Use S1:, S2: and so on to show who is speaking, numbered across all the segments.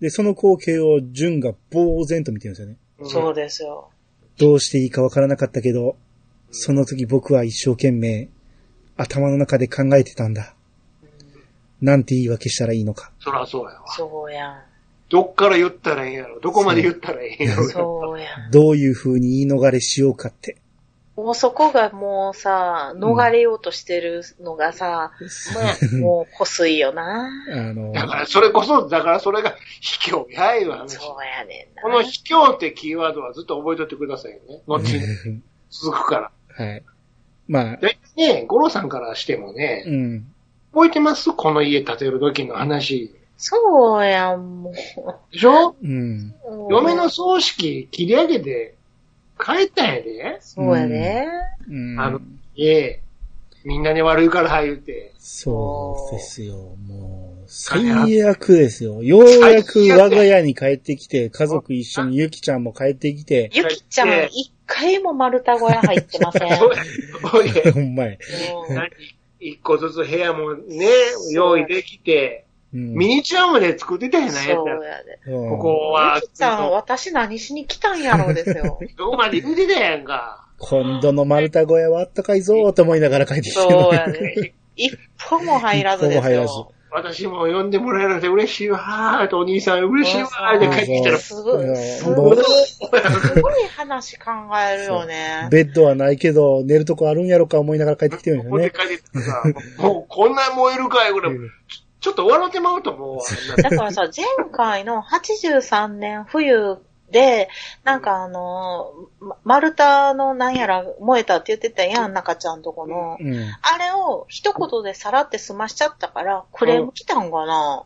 S1: で、その光景を純が呆然と見てるんですよね。
S2: そうですよ。
S1: どうしていいかわからなかったけど、その時僕は一生懸命頭の中で考えてたんだ。なんて言い訳したらいいのか。
S3: そらそうやわ。
S2: そうやん。
S3: どっから言ったらええんやろ。どこまで言ったらええんやろ。
S2: そうやん。
S1: どういう風に言い逃れしようかって。
S2: もうそこがもうさ、逃れようとしてるのがさ、もう、細いよな。
S1: あ の、
S3: だから、それこそ、だからそれが卑怯やいう話。
S2: そうやねんな。
S3: この卑怯ってキーワードはずっと覚えといてくださいよね。後に続くから。
S1: はい。まあ、
S3: だいたいね、五郎さんからしてもね、
S1: うん。
S3: 覚えてますこの家建てる時の話。
S2: そうやん、も
S3: でしょ
S1: うん。
S2: う。
S3: 嫁の葬式切り上げて帰ったんやで。
S2: そうやね。
S1: うん、
S3: あのええ。みんなに悪いから言うて。
S1: そうですよ。もう、最悪ですよ。ようやく我が家に帰ってきて、家族一緒にゆきちゃんも帰ってきて、
S2: ゆきちゃん、一回も丸太小屋入ってません。
S3: そうや。ほい で
S1: ほんまや。
S2: うん
S3: 何一個ずつ部屋もね、用意できて、
S1: うん
S3: ミニチュアまで作ってたやないや
S2: そ
S3: つ
S2: う
S3: ら。
S2: やで。
S1: うん
S3: ここは
S2: ゆき、ちゃん、私何しに来たんやろうですよ。
S3: どこまで言うてたやんか。
S1: 今度の丸太小屋はあったかいぞーと思いながら帰ってきてる
S2: そうや で。一歩も入らず
S1: 一歩も
S2: です
S1: 入ら
S2: よ。
S1: ず
S3: 私も呼んでもらえなくて嬉しいわーとお兄さん嬉しいわーで帰ってきたら、
S2: すごい、す
S1: も
S2: ご
S1: う
S2: い、すごい話考えるよね。
S1: ベッドはないけど、寝るとこあるんやろか思いながら帰ってきてるんだ
S3: こ
S1: よ
S3: こで
S1: ね。
S3: 帰ってきたらさ、もうこんな燃えるかいぐらい、ちょちょっと笑ってまうと思うわ。あんな
S2: だからさ、前回の83年冬で、なんかあのー、ま丸太のなんやら燃えたって言ってたやん、中ちゃんとこの。
S1: うん。
S2: あれを一言でさらって済ましちゃったから、クレーム来たんかな。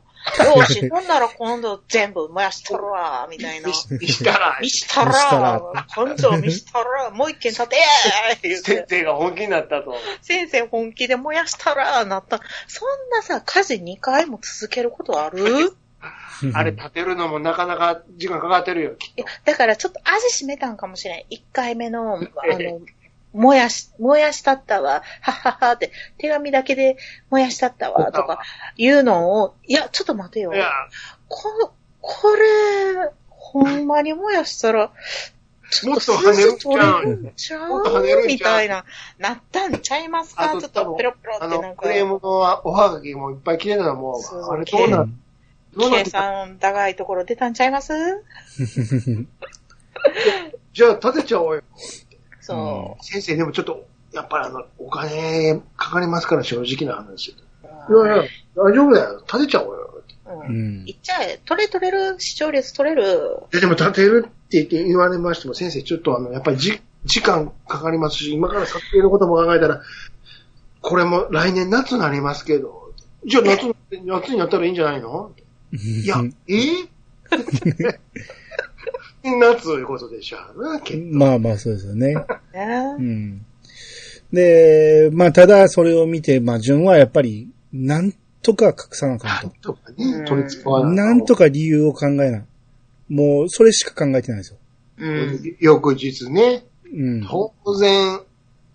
S2: よし、ほんなら今度全部燃やしとるわ、みたいな。
S3: 見したら、
S2: 見した
S1: 見したら
S2: ら、今度見したら、もう一軒建てえ言って
S3: 先。生が本気になったと。
S2: 先生本気で燃やしたら、なった。そんなさ、家事2回も続けることある
S3: あれ立てるのもなかなか時間かかってるよ、きっ
S2: いや
S3: と。
S2: だからちょっと味しめたんかもしれん。1回目の、あの、燃やし、燃やしたったわ、はっはっはって、手紙だけで燃やしたったわ、とか、言うのを、いや、ちょっと待てよ
S3: い。や、
S2: この、これ、ほんまに燃やしたら、ちょ
S3: も
S2: っと
S3: っと跳ねるん
S2: 数字
S3: ち
S2: 取
S3: ゃ
S2: れ
S3: う
S2: る
S3: ん
S2: んちゃ
S3: もっと跳ねる
S2: う
S3: ちゃう
S2: んみたいな、なったんちゃいます
S3: あ
S2: か
S3: と
S2: ちょっとペロペロ
S3: あ
S2: ってな
S3: の、
S2: んか。
S3: クレームのおはがきもいっぱい来てたのも
S2: そう
S3: う、
S2: そう
S3: あれどうな
S1: うんん
S3: どうなっ
S2: 計
S3: てた
S2: 算高いところ出たんちゃいます
S3: じゃあ立てちゃおうよ。
S2: そ。
S3: 先生、でもちょっと、やっぱりあの、お金かかりますから、正直な話。いうやいや、大丈夫だよ。立てちゃおうよ。
S2: う。
S1: うんん
S2: いっちゃえ。取れ取れる、視聴率取れる。
S3: ででも立てるって言われましても、先生、ちょっとあの、やっぱりじ、時間かかりますし、今から撮影のことも考えたら、これも来年夏になりますけど、じゃあ夏、夏になったらいいんじゃないのいや、え ー夏ということでしょうな、結
S1: まあまあ、そうですよね。う
S2: ね
S1: ん。で、まあ、ただそれを見て、まあ、純はやっぱり、なんとか隠さなあか
S3: なんん
S1: と。
S3: とか
S2: うん
S3: ね、取り付わい
S1: なんとか理由を考えない。もう、それしか考えてないですよ。
S2: う。
S3: うんん翌日ね、
S1: うん。
S3: 当然、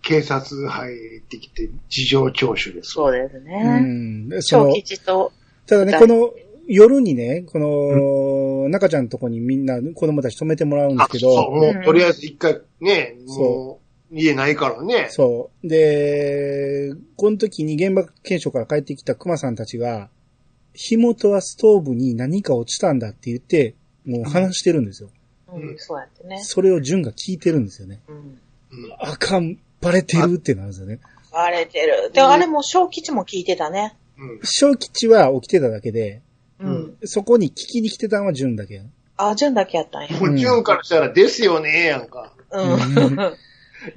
S3: 警察入ってきて、事情聴取ですわ。
S2: そうです
S1: う
S2: ね。
S1: ん。でそ
S2: 小
S1: の、
S2: 吉と、
S1: ただね、
S2: だ
S1: この、夜にね、この、中ちゃんのとこにみんな、子供たち泊めてもらうんですけど、
S3: そう、も
S2: うん
S3: う、とりあえず一回ね、
S1: そう
S3: もう、家ないからね。
S1: そう。で、この時に現場検証から帰ってきた熊さんたちが、火元はストーブに何か落ちたんだって言って、もう話してるんですよ。
S2: うん、そうやってね。
S1: それを純が聞いてるんですよね。
S2: うん。
S3: うん
S1: あかん、バレてるってなるんですよね。
S2: バレてる。で、
S3: うん
S2: あれも小吉も聞いてたね。
S3: うん
S1: 小吉は起きてただけで、
S2: う
S3: うんん。
S1: そこに聞きに来てたのは純だけや。
S2: あ、純だけやったんや。
S3: もう、ジュンからしたら、ですよね、やんか。
S2: うん。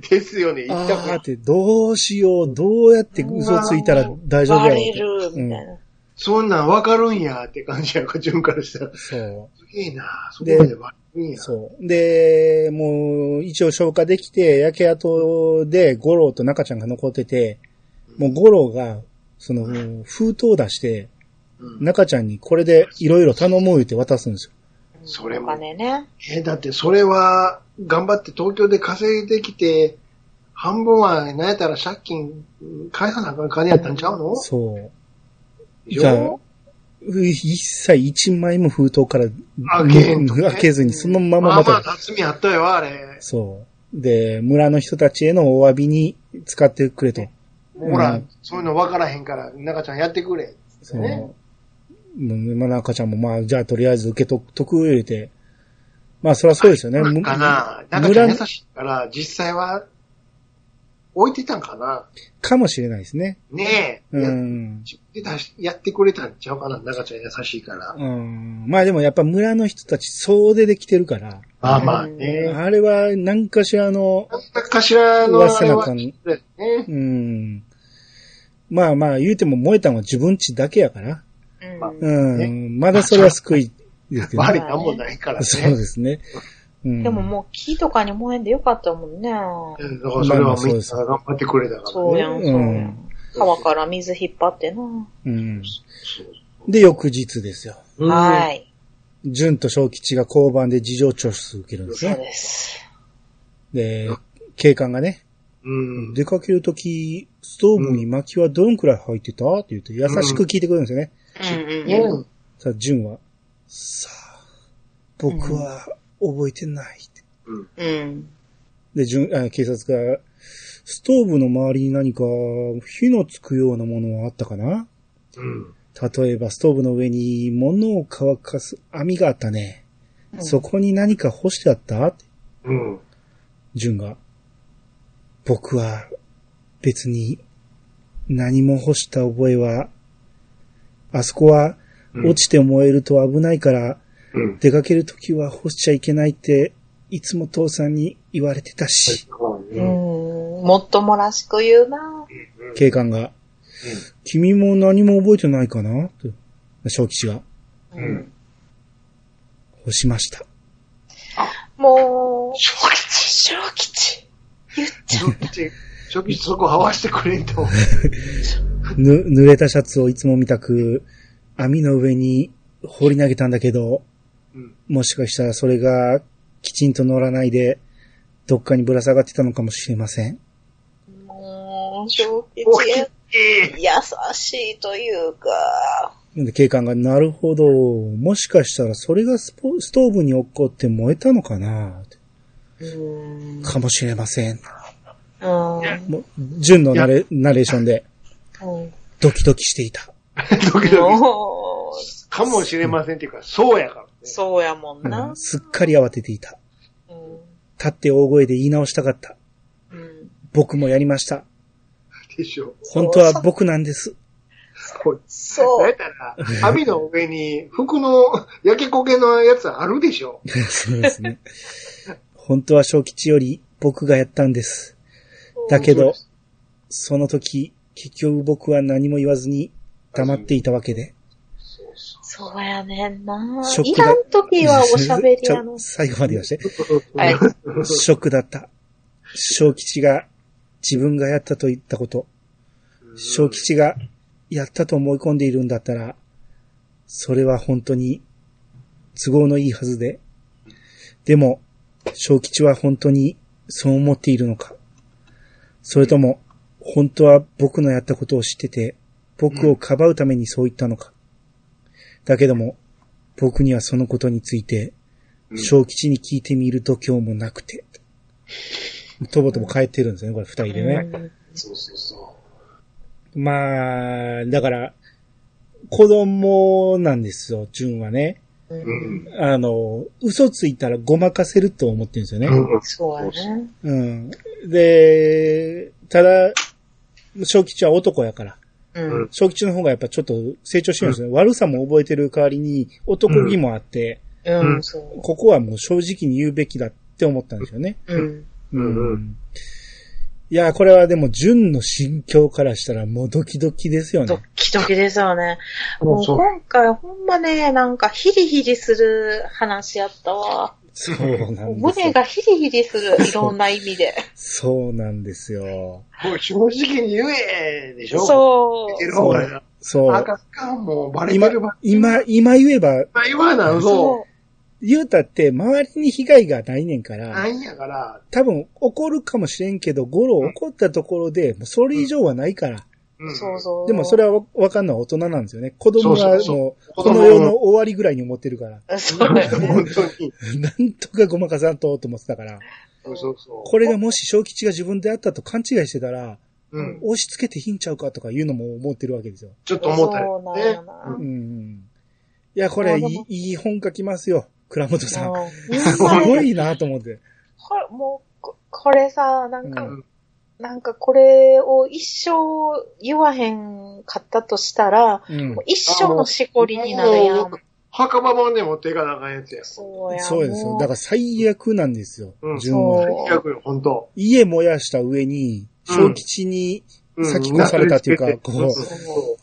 S3: ですよね、言
S1: あ
S3: った
S1: ー
S3: か
S1: って、どうしよう、どうやって嘘ついたら大丈夫
S2: バ
S1: やろ
S2: レ
S1: う
S2: る、
S1: って。
S2: みたいな。
S3: そんなんわかるんや、って感じやんか、ジュンからしたら
S1: うん。。そう。
S3: すげえな、そこまでわかるんや。
S1: そう。で、もう、一応消化できて、焼け跡で、五郎と中ちゃんが残ってて、もう五郎が、その、封筒を出して、
S3: うん
S1: 中ちゃんにこれでいろいろ頼もうって渡すんですよ。
S3: それ
S2: お
S3: も、
S2: 金ね。
S3: え、だってそれは、頑張って東京で稼いできて、半分は、なんやったら借金、返さなあかん金やったんちゃうの
S1: そう。
S3: 以
S1: じゃあ
S3: 上
S1: 一切一枚も封筒から
S3: 開けへんとね
S1: 開けずに、そのまま
S3: ま
S1: ま
S3: あまあ、
S1: た、
S3: 辰巳あったよ、あれ。
S1: そう。で、村の人たちへのお詫びに使ってくれと。
S3: ほら、
S1: うん
S3: そういうの分からへんから、中ちゃんやってくれ。
S1: そ
S3: ね
S1: う。まあ、中ちゃんも、まあ、じゃあとりあえず受けととく言うて。まあ、そりゃそうですよね。
S3: な
S1: む
S3: んかな、中ちゃん優しいから、実際は、置いてたんかな。
S1: かもしれないですね。
S3: ねえ。
S1: う
S3: や
S1: ん。
S3: 自分で出しやってくれたんちゃうかな、中ちゃん優しいから。
S1: うん、まあでもやっぱ村の人たち総出で来てるから、
S3: まあまあね。
S1: あれは何かしらの、
S3: なんかしらのあれは
S1: 噂な
S3: 聞いてたよね。
S1: うん、まあまあ言うても燃えたのは自分ちだけやから、
S3: まあ
S2: うん
S1: うん、まだそれは救いですけど、
S3: 周りなんもないからね。
S1: そうですね。うん、
S2: でももう木とかに燃えんでよかったもんね。
S3: うんだからそ
S1: まあ
S3: れ
S1: ま
S3: は
S1: あそう
S3: みん
S1: で
S3: な
S1: す
S3: が頑張ってくれたからね。
S2: そうやん、そうや。
S1: うん
S2: 川から水引っ張ってな。
S1: うん、
S3: そう
S1: で、翌日ですよ。
S3: うん
S2: はい。
S1: 純と小吉が交番で事情聴取受けるんです
S2: そう
S1: ね。
S2: です。
S1: で、警官がね、
S3: うん。
S1: 出かけるとき、ストーブに薪はどんくらい入ってたって言って、優しく聞いてくるんですよね。
S2: うんうんうん
S3: うん
S1: さあ、純は、さあ、僕は覚えてないって。
S2: うん。
S1: で、純、あ警察が、ストーブの周りに何か火のつくようなものはあったかな
S3: うん。
S1: 例えば、ストーブの上に物を乾かす網があったね。
S2: うん
S1: そこに何か干してあったって
S3: うん。
S1: 純が、僕は別に何も干した覚えは、あそこは落ちて燃えると危ないから、
S3: うん。
S1: 出かけるときは干しちゃいけないって、いつも父さんに言われてたし、
S3: うん。
S2: うん。もっともらしく言うな。
S1: 警官が、君も何も覚えてないかなと、小吉が、
S3: うん。
S1: 干しました。
S2: もう、
S3: 正気
S2: 小吉。
S3: 初期、初期そこ合わせてくれんと。
S1: ぬ、濡れたシャツをいつも見たく、網の上に放り投げたんだけど、
S3: うん。
S1: もしかしたらそれがきちんと乗らないで、どっかにぶら下がってたのかもしれません。
S2: もう、小
S3: 大
S2: 吉や
S3: きい。
S2: 優しいというか、
S1: で警官が、なるほど、もしかしたらそれがスポストーブに落っこって燃えたのかな
S2: うん。
S1: かもしれません。
S2: うん。
S1: もう、純のナレナレーションで、
S2: うん
S1: ドキドキしていた。
S3: ドキドキ。
S2: もう、
S3: かもしれませんっていうか、そうやからね。
S2: そうやもん
S1: う。
S2: なん
S1: すっかり慌てていた。
S2: うん。
S1: 立って大声で言い直したかった。
S2: うん。
S1: 僕もやりました。
S3: でしょ。
S1: 本当は僕なんです。
S3: こう。
S2: そ
S3: だっ
S2: う。
S3: たら、網の上に服の焼け焦げのやつあるでしょ。
S1: そうですね。本当は小吉より僕がやったんです。だけど、その時、結局僕は何も言わずに黙っていたわけで。
S3: そうそ
S2: そうやねんな。
S1: ショ
S2: い
S1: ック
S2: ら
S1: だ
S2: ん時はおしゃべりやの
S1: ちょ。最後まで言わして。
S3: う。
S2: はい。
S1: ショックだった。小吉が自分がやったと言ったこと、小吉がやったと思い込んでいるんだったら、それは本当に都合のいいはずで。でも、小吉は本当にそう思っているのか。それとも、本当は僕のやったことを知ってて、僕をかばうためにそう言ったのか。だけども、僕にはそのことについて、
S3: うん
S1: 小吉に聞いてみる度胸もなくて。とぼとぼ帰ってるんですよね、これ二人でね。
S2: うん
S3: そうそうそ
S1: まあ、だから、子供なんですよ、純はね。
S2: う
S3: う。うんん。
S1: あの、嘘ついたらごまかせると思ってるんですよね。
S3: うん
S2: そうやね。
S1: うん。で、ただ、小吉は男やから。
S2: うん。
S1: 小吉の方がやっぱちょっと成長してるんですよね。悪さも覚えてる代わりに男気もあって、
S2: うん、そ
S1: ここはもう正直に言うべきだって思ったんですよね。
S2: う。うん。
S3: うんうん。
S1: いや、これはでも、純の心境からしたらもうドキドキですよ
S2: ド
S1: ね。
S2: キドキですよね。
S3: も
S2: も
S3: う
S2: う
S3: そう。
S2: 今回ほんまね、なんかヒリヒリする話やったわ。
S1: そうなんですよ。
S2: 胸がヒリヒリする、いろんな意味で。
S1: そうなんですよ。
S3: もう正直に言えでしょう。
S2: そ
S3: 言って
S2: う。
S3: る方が。
S1: そ
S3: あ
S1: う。
S3: かんかん、もうバレて
S1: 今
S3: るば、
S1: 今、今言えば、
S3: 今言わな、そ
S2: そう
S1: 言うたって周りに被害がないねんか
S3: う。
S1: ら
S3: な、いんやから。
S1: 多分怒るかもしれんけど、ゴロ怒ったところで、もうそれ以上はないから、
S3: うん
S2: そうそう。
S1: でもそれはわわかんのは大人なんですよね。子供が
S3: そうそう
S1: もう、
S3: 子
S1: こ
S3: 供
S1: の世の終わりぐらいに思ってるから、
S2: は。そうですね。
S3: 本当に。
S1: なんとかごまかさんとと思ってたから、
S3: そうそうそう。
S1: これがもし小吉が自分であったと勘違いしてたら、
S3: うん。
S1: 押し付けていいんちゃうかとかいうのも思ってるわけですよ。
S3: ちょっと思った
S2: そうなん
S3: り
S2: や
S3: ね。
S2: な。
S1: うんうん。いや、これい
S2: あでも
S1: い、いい本書きますよ。倉本さん。
S2: も う
S1: すごいなと思って。
S2: これ、もうこ、これさ、なんか、
S1: うん
S2: なんかこれを一生言わへんかったとしたら、
S1: うん
S2: もう。一生のしこりになるや
S3: あ
S2: ん
S3: の。墓場まで持っていかなあかんやつや。
S2: そうやん。、
S1: そうですよ。だからら最悪なんですよ
S3: う。ん
S1: 順は。
S2: そう
S3: 最悪よ、本当。
S1: 家燃やした上に、
S3: うん
S1: 小吉に、
S3: うん
S1: 先越されたっていうか
S3: な
S1: こう
S3: そうそ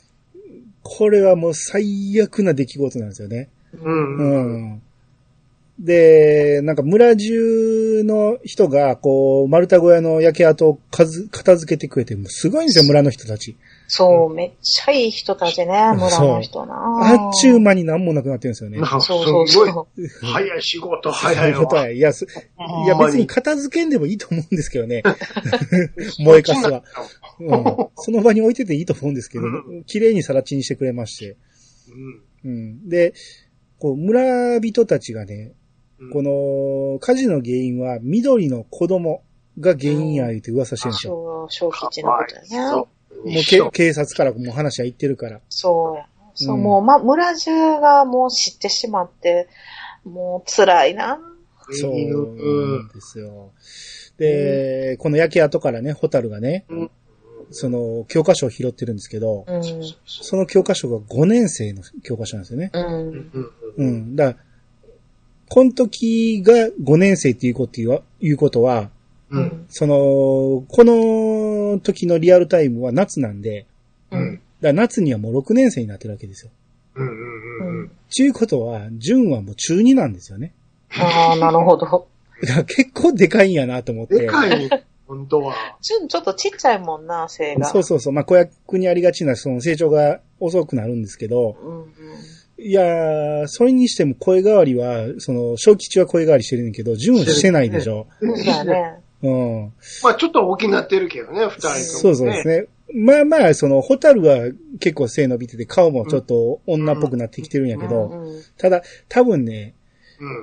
S1: これはもう最悪な出来事なんですよね。
S3: う。うん。うん。
S1: うん。で、なんか村中の人が、こう、丸太小屋の焼け跡をかず片付けてくれて、もうすごいんですよ、村の人たち。
S2: そう、めっちゃいい人たちね、村の人な。
S1: あっちゅう間に何もなくなってるんですよね
S3: な。んか、す
S2: そうそう
S3: ごい、
S2: そ
S3: 早い仕事、
S1: そう
S3: 早
S1: い
S3: いう
S1: こと
S3: わ。
S1: は、いや、す
S3: ほんま
S1: いや別に片付けんでもいいと思うんですけどね。燃えかすは。うんその場に置いてていいと思うんですけど
S3: う、
S1: 綺麗にさらちにしてくれまして。うん。で、こう、村人たちがね、
S3: うん。
S1: この火事の原因は緑の子供が原因や言うて噂してるん
S2: う。
S1: ですよ。
S2: 小小吉のことやね。
S3: そう。
S1: もう
S3: 一
S1: け
S3: 緒
S1: 警察からもう話は言ってるから。
S2: そうや。そう、
S1: うん
S2: もう、ま、村中がもう知ってしまって、もう辛いな。
S1: そう
S3: う
S1: なん
S3: ん。
S1: ですよ。で、この焼け跡からね、ホタルがね
S3: うん、
S1: その教科書を拾ってるんですけど、
S2: うん。
S1: その教科書が5年生の教科書なんですよね。
S2: う。
S3: うんん。
S1: う
S3: うん。
S1: ん。だからこの時が5年生っていうことは、いうことは、
S2: う
S3: うんん。。
S1: その、この時のリアルタイムは夏なんで、
S2: うん。
S1: だから夏にはもう6年生になってるわけですよ。
S3: うん。
S2: う
S3: うん。
S2: ん。
S1: ちゅうことは、純はもう中2なんですよね。
S2: ああ、なるほど。
S1: だから結構でかいんやなと思って。
S3: でかい、本当は。
S2: ちょちょっとちっちゃいもんな、性が。
S1: そうそうそう。まあ、子役にありがちな、その成長が遅くなるんですけど、
S2: うんうん。
S1: いやー、それにしても声変わりは、その、小吉は声変わりしてるんだけど、純はしてないでしょ。
S2: そうだね。
S1: うん。
S3: まあちょっと大きになってるけどね、二人ともね。
S1: そうそうですね。まあまあ、その、ホタルは結構背伸びてて、顔もちょっと女っぽくなってきてるんやけ
S2: う
S1: ど、
S2: んうん
S1: ただ、多分ね、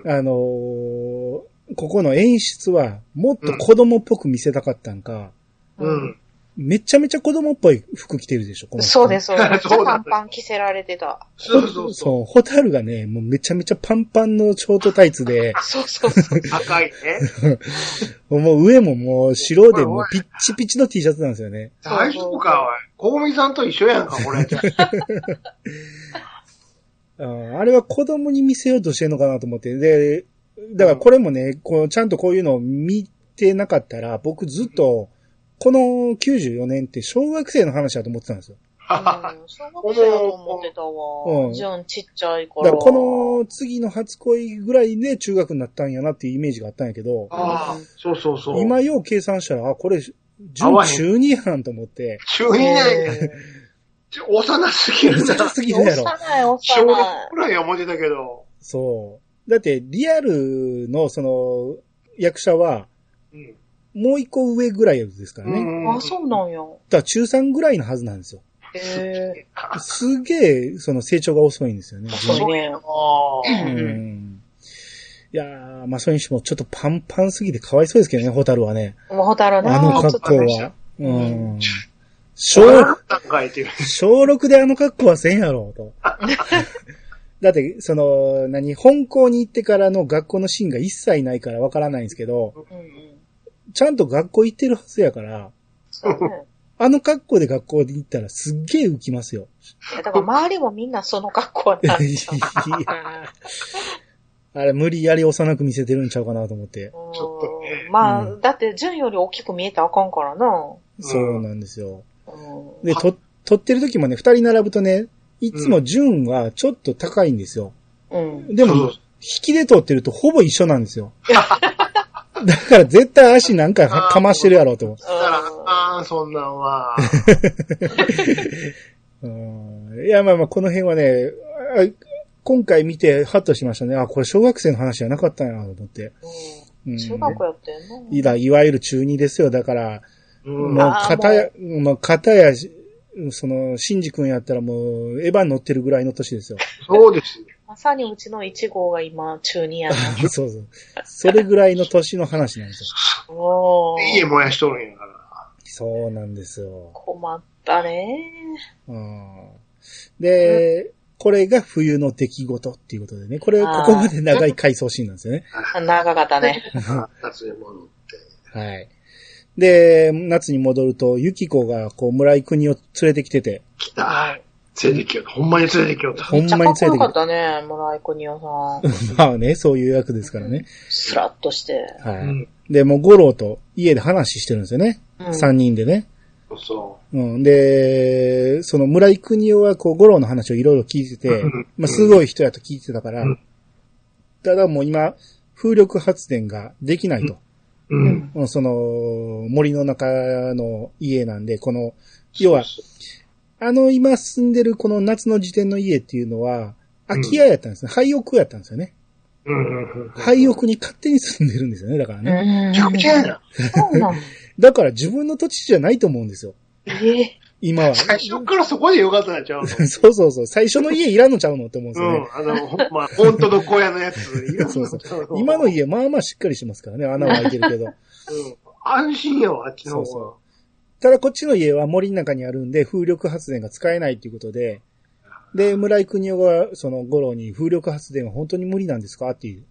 S3: うん。
S1: あのーここの演出は、もっと子供っぽく見せたかったんか、
S3: うん。
S1: めちゃめちゃ子供っぽい服着てるでしょ、この人
S2: そうです、そうです。めっちゃ
S3: そうだね
S2: パンパン着せられてた。
S3: そうそうそう。
S1: そう、ホタルがね、もうめちゃめちゃパンパンのショートタイツで、
S2: そうそうそう。
S3: 高いね。
S1: もう上ももう白でもうピッチピチの T シャツなんですよね。
S3: 大丈夫か、おい。コウミさんと一緒やんか、これ。
S1: ああれは子供に見せようとしてるのかなと思って。で、だからこれもね、こうちゃんとこういうのを見てなかったら、僕ずっと、この94年って小学生の話だと思ってたんですよ。
S2: うん小学生だと思ってた
S1: うん
S2: わ。ジョンちっちゃいか。
S1: だかららこの次の初恋ぐらいで中学になったんやなっていうイメージがあったんやけど、
S3: ああ、そうそうそう。
S1: 今よう計算したら、あ、これ、
S3: 合
S1: 準
S3: わへん
S1: 中2班と思って、
S3: 中二年、幼すぎるな。
S1: 高すぎるやろ。
S2: 幼い、
S3: 小
S2: 幼い
S3: 学。くらいは思ってたけど。
S1: そう。だって、リアルの、その、役者は、
S3: うん。
S1: もう一個上ぐらいですからね。だか
S2: あ、そうなんや。
S1: ら中3ぐらいのはずなんですよ。
S2: へえ。
S1: すげえ、その成長が遅いんですよね。
S2: 遅いね。
S3: ああ。
S1: う
S2: うん
S1: ん。いやー、まあ、それにしても、ちょっとパンパンすぎてかわいそうですけどね、ホタルはね。
S2: もうホタルな
S1: あの格好
S3: ちょ
S1: は
S3: っ。
S1: うん。小
S3: そうだったんかいっていう。
S1: 小6であの格好はせんやろ、と。だって、その、何、本校に行ってからの学校のシーンが一切ないからわからないんですけど、
S2: うんうん。
S1: ちゃんと学校行ってるはずやから、
S2: そうね。
S1: あの格好で学校に行ったらすっげえ浮きますよ。
S2: いやだから周りもみんなその格好になっ
S1: いや
S2: ちゃう。
S1: ーあれ無理やり幼く見せてるんちゃうかなと思って。
S2: う
S3: ち
S2: ん
S3: ょっとね
S2: まあ、
S1: う
S2: だって、純より大きく見えたらあかんからな。
S1: そうなんですよ。
S2: うん。
S1: で、
S3: は
S1: と、撮ってる時もね、二人並ぶとね、いつも純はちょっと高いんですよ。
S2: うん。
S1: で
S3: そう
S1: も、
S3: そう
S1: 引きで撮ってるとほぼ一緒なんです よ。だから絶対足なんかはかましてるやろうと。
S3: だから、ああ、そんなんは。
S1: うんいや、まあまあ、この辺はね、あ今回見てハッとしましたね。あ、これ小学生の話じゃなかったんやなと思って。うん
S2: 中学やってんの
S1: いだいわゆる中二ですよ。だから、
S3: う。
S1: もうん
S2: あー
S1: 片や、もう片や、うんその、シンジ君やったらもう、エヴァに乗ってるぐらいの年ですよ。
S3: そうですよ。
S2: まさにうちの1号が今、中2やな。
S1: そうそう。それぐらいの年の話なんですよ。
S2: おー
S3: 家燃やしとるんやから。
S1: そうなんですよ。
S2: 困ったね。
S1: うんで、これが冬の出来事っていうことでね、これ、ここまで長い回想シーンなんですよね。
S2: 長かったね。
S3: 夏に戻って。
S1: はい。で、夏に戻ると、ユキコがこう村井国を連れてきてて、
S3: 来た。連れてきよった。ほんまに連れてきよった。
S1: ほんまに連
S2: め
S1: れ
S2: っちゃ
S1: て
S2: かっこ
S1: き。
S2: よかってたね、村井国夫さん。
S1: まあね、そういう役ですからね。
S2: スラッとして。
S1: は
S3: う
S1: い。
S3: ん。
S1: で、もう五郎と家で話してるんですよね。
S2: うん
S1: 3人でね。
S3: そ
S1: うん、で、その村井国夫はこう五郎の話をいろいろ聞いてて
S3: うん、
S1: まあすごい人やと聞いてたから
S3: うん、
S1: ただもう今、風力発電ができないと。
S3: う。うん。
S1: うんその、森の中の家なんで、この、要は、あの今住んでるこの夏の時点の家っていうのは、空き家やったんですね。廃屋やったんですよね。
S3: うんうんうん。
S1: 廃屋に勝手に住んでるんですよね、だから
S2: う
S1: ね。
S2: ん。
S3: めちゃくちゃやな。
S2: そうなの。
S1: だから自分の土地じゃないと思うんですよ。
S2: ええ。
S1: 今 は。
S3: 最初からそこでよかったなちゃう の。
S1: そうそうそう。最初の家いらんのちゃうのって思うんです
S3: う
S1: よ
S3: ん
S1: ね。。
S3: あの、ほんま、本当の小屋のやつ。
S1: そうそう。今の
S3: うん。
S1: 家、まあまあしっかりしてますからね。穴は開いてるけ ど。
S3: 安心よ、あっちの
S1: そう
S3: 方
S1: ただこっちの家は森の中にあるんで、風力発電が使えないっていうことで、で、村井邦夫が、その、五郎に、風力発電は本当に無理なんですかっていう。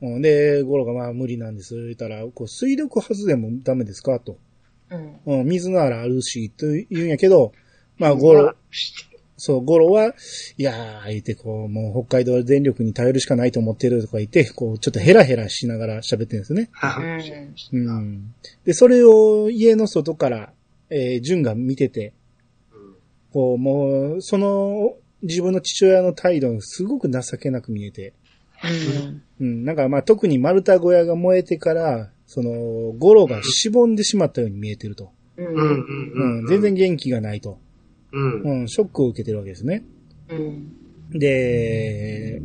S1: うん、で、五郎が、まあ、無理なんです。言ったら、こう、水力発電もダメですかと。
S2: うん。
S1: うん、水ならあるし、と言うんやけど、まあ、
S3: が。
S1: 五郎、
S3: し
S1: そう、五郎は、いやー、言って、こう、もう、北海道電力に頼るしかないと思ってるとか言って、こう、ちょっとヘラヘラしながら喋ってるんですよね。
S2: うん。
S1: うん。で、それを家の外から、えー、純が見てて、こう、もう、その、自分の父親の態度がすごく情けなく見えて、
S2: うん。
S1: うん、なんかまあ特に丸太小屋が燃えてから、その、ゴロがしぼんでしまったように見えてると。
S3: うんうん
S1: う
S3: うん
S1: ん、
S3: うん。
S1: 全然元気がないと。
S3: うん。うん。
S1: うん、ショックを受けてるわけですね。
S2: うん。
S1: で、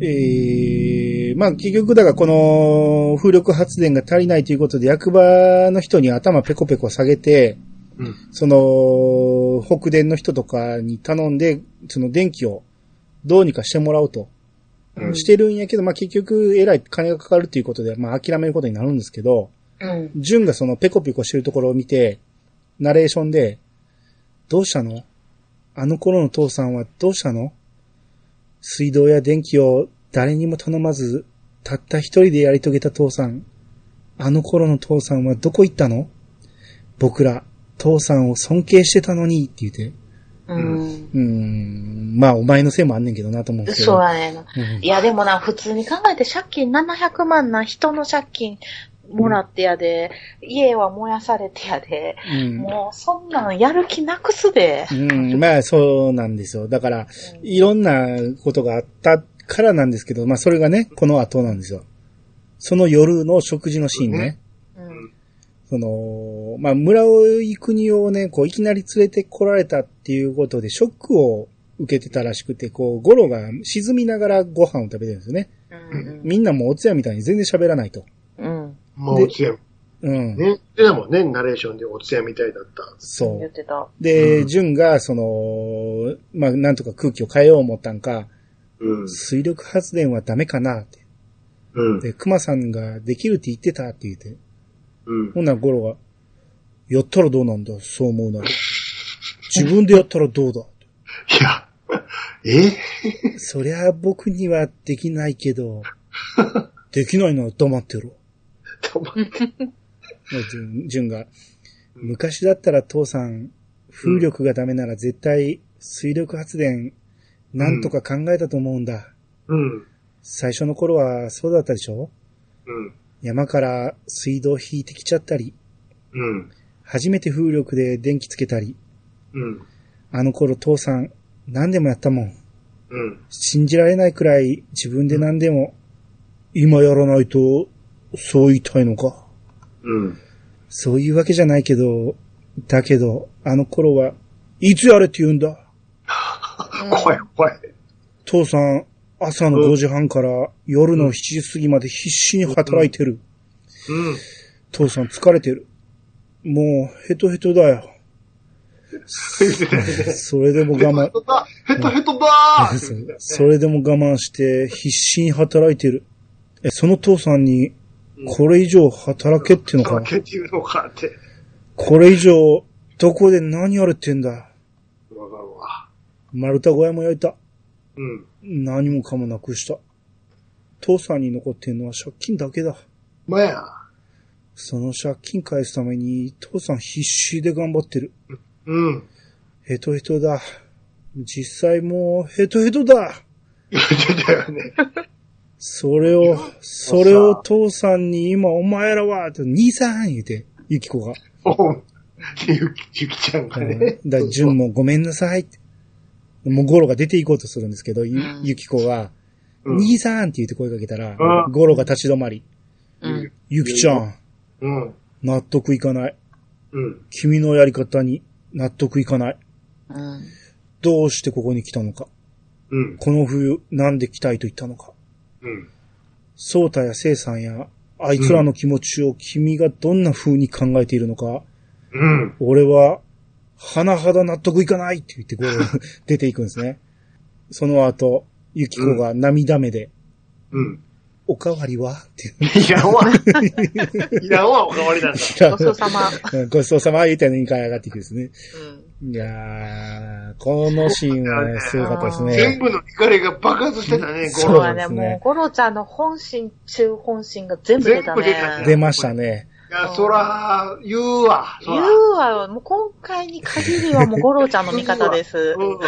S1: えー、まあ結局だからこの風力発電が足りないということで役場の人に頭ペコペコ下げて、
S3: うん
S1: その、北電の人とかに頼んで、その電気をどうにかしてもらおうと
S3: うん
S1: してるんやけど、まあ結局えらい金がかかるということで、まあ諦めることになるんですけど、
S2: うん。
S1: 純がそのペコペコしてるところを見て、ナレーションで、どうしたのあの頃の父さんはどうしたの水道や電気を誰にも頼まず、たった一人でやり遂げた父さん。あの頃の父さんはどこ行ったの僕ら、父さんを尊敬してたのに、って言って。
S2: うん。
S1: うーん、まあお前のせいもあんねんけどなと思うんですけど。
S2: そうやねんな。
S1: うん
S2: いや、でもな、普通に考えて借金700万な人の借金もらってやで、家は燃やされてやで、
S1: うん
S2: もうそんなんやる気なくすで。
S1: うん、まあそうなんですよ。だから、
S2: うん
S1: いろんなことがあったからなんですけど、まあそれがね、この後なんですよ。その夜の食事のシーンね。
S2: うん。
S1: その、まあ村尾国をね、こういきなり連れて来られたっていうことでショックを受けてたらしくて、こう、ゴロが沈みながらご飯を食べてるんですよね。
S2: うん。
S1: みんなもうおつやみたいに全然喋らないと。
S2: うん。
S3: もうおつや、
S1: うん。
S3: ね。でもね、ナレーションでおつやみたいだった。
S1: そ
S2: 言っ
S1: う。
S2: てた。
S1: で、
S3: うん
S1: ジュンが、その、まあなんとか空気を変えよう思ったんか、
S3: うん。
S1: 水力発電はダメかなって。
S3: うん。
S1: で、熊さんができるって言ってたって言って。
S3: うん。
S1: ほんならゴロが、やったらどうなんだそう思うなら。自分でやったらどうだ
S3: いや、 え
S1: そりゃ僕にはできないけど、できないなら黙ってろ。
S3: と思って。
S1: ジュンが、昔だったら父さん、風力がダメなら絶対水力発電、なんとか考えたと思うんだ。
S3: うん。
S1: 最初の頃はそうだったでしょ
S3: うん。
S1: 山から水道引いてきちゃったり、
S3: うん。
S1: 初めて風力で電気つけたり、
S3: うん。
S1: あの頃父さん、何でもやったもん。
S3: うん。
S1: 信じられないくらい自分で何でも、今やらないと、そう言いたいのか。
S3: うん。
S1: そういうわけじゃないけど、だけど、あの頃は、いつやれって言うんだ
S3: 怖い、怖い。
S1: 父さん、朝の5時半から夜の7時過ぎまで必死に働いてる。
S3: うん。
S1: 父さん疲れてる。もう、ヘトヘトだよ。それでも我慢
S3: ヘ、トだヘトヘトだー
S1: そうそれでも我慢して必死に働いてる。え、その父さんに、これ以上働けっていうのか
S3: かけっていうのかって。
S1: これ以上、どこで何やれってんだ。
S3: わかるわ。
S1: 丸太小屋も焼いた。
S3: うん。
S1: 何もかもなくした。父さんに残ってんのは借金だけだ。
S3: まあや。
S1: その借金返すために父さん必死で頑張ってる。
S3: うん。
S1: ヘトヘトだ。実際もうヘトヘトだ。
S3: いやだよね。
S1: それを、それを父さんに今お前らは、と兄さん言うて、ゆきこが。
S3: おう。ゆき、ゆきちゃんがね。
S1: だ、じゅんもごめんなさいって。もうゴロが出ていこうとするんですけど、ゆ
S2: うん
S1: ゆきこは、
S3: うん
S1: 兄さんって言って声かけたら
S3: う、ん
S1: ゴロが立ち止まり、
S2: うん。
S1: ゆきちゃん、
S3: うん。
S1: 納得いかない。
S3: うん。
S1: 君のやり方に納得いかない。
S2: うん。
S1: どうしてここに来たのか。
S3: うん。
S1: この冬、なんで来たいと言ったのか。
S3: うん。
S1: ソータやセイさんや、あいつらの気持ちを君がどんな風に考えているのか、
S3: うん。
S1: 俺は、花肌納得いかないって言って、こ う、出ていくんですね。その後、ユキコが涙目で、
S3: うん。
S1: おかわりはって言
S3: いらんわ。いらんわ、おかわりなんだ。
S1: ったら
S2: ごちそうさま。
S1: うんごちそうさま言うて2回上がっていくんですね。
S2: うん。
S1: いやー、このシーンはね、すごかったです
S3: 全
S1: ね。
S3: 部の怒りが爆発してたね、
S1: そ
S2: そうう
S3: ゴ
S1: な
S2: だ
S1: んで
S2: ね。
S1: すね
S2: もう、ゴロちゃんの本心中本心が全部出
S3: 全
S2: たね。
S3: 部出たね
S1: 出ましたね。
S3: いや、そら、言うわ。そ
S2: 言
S3: ら
S2: うわよ。もう今回に限りはもうゴロちゃんの味方です。
S3: うん。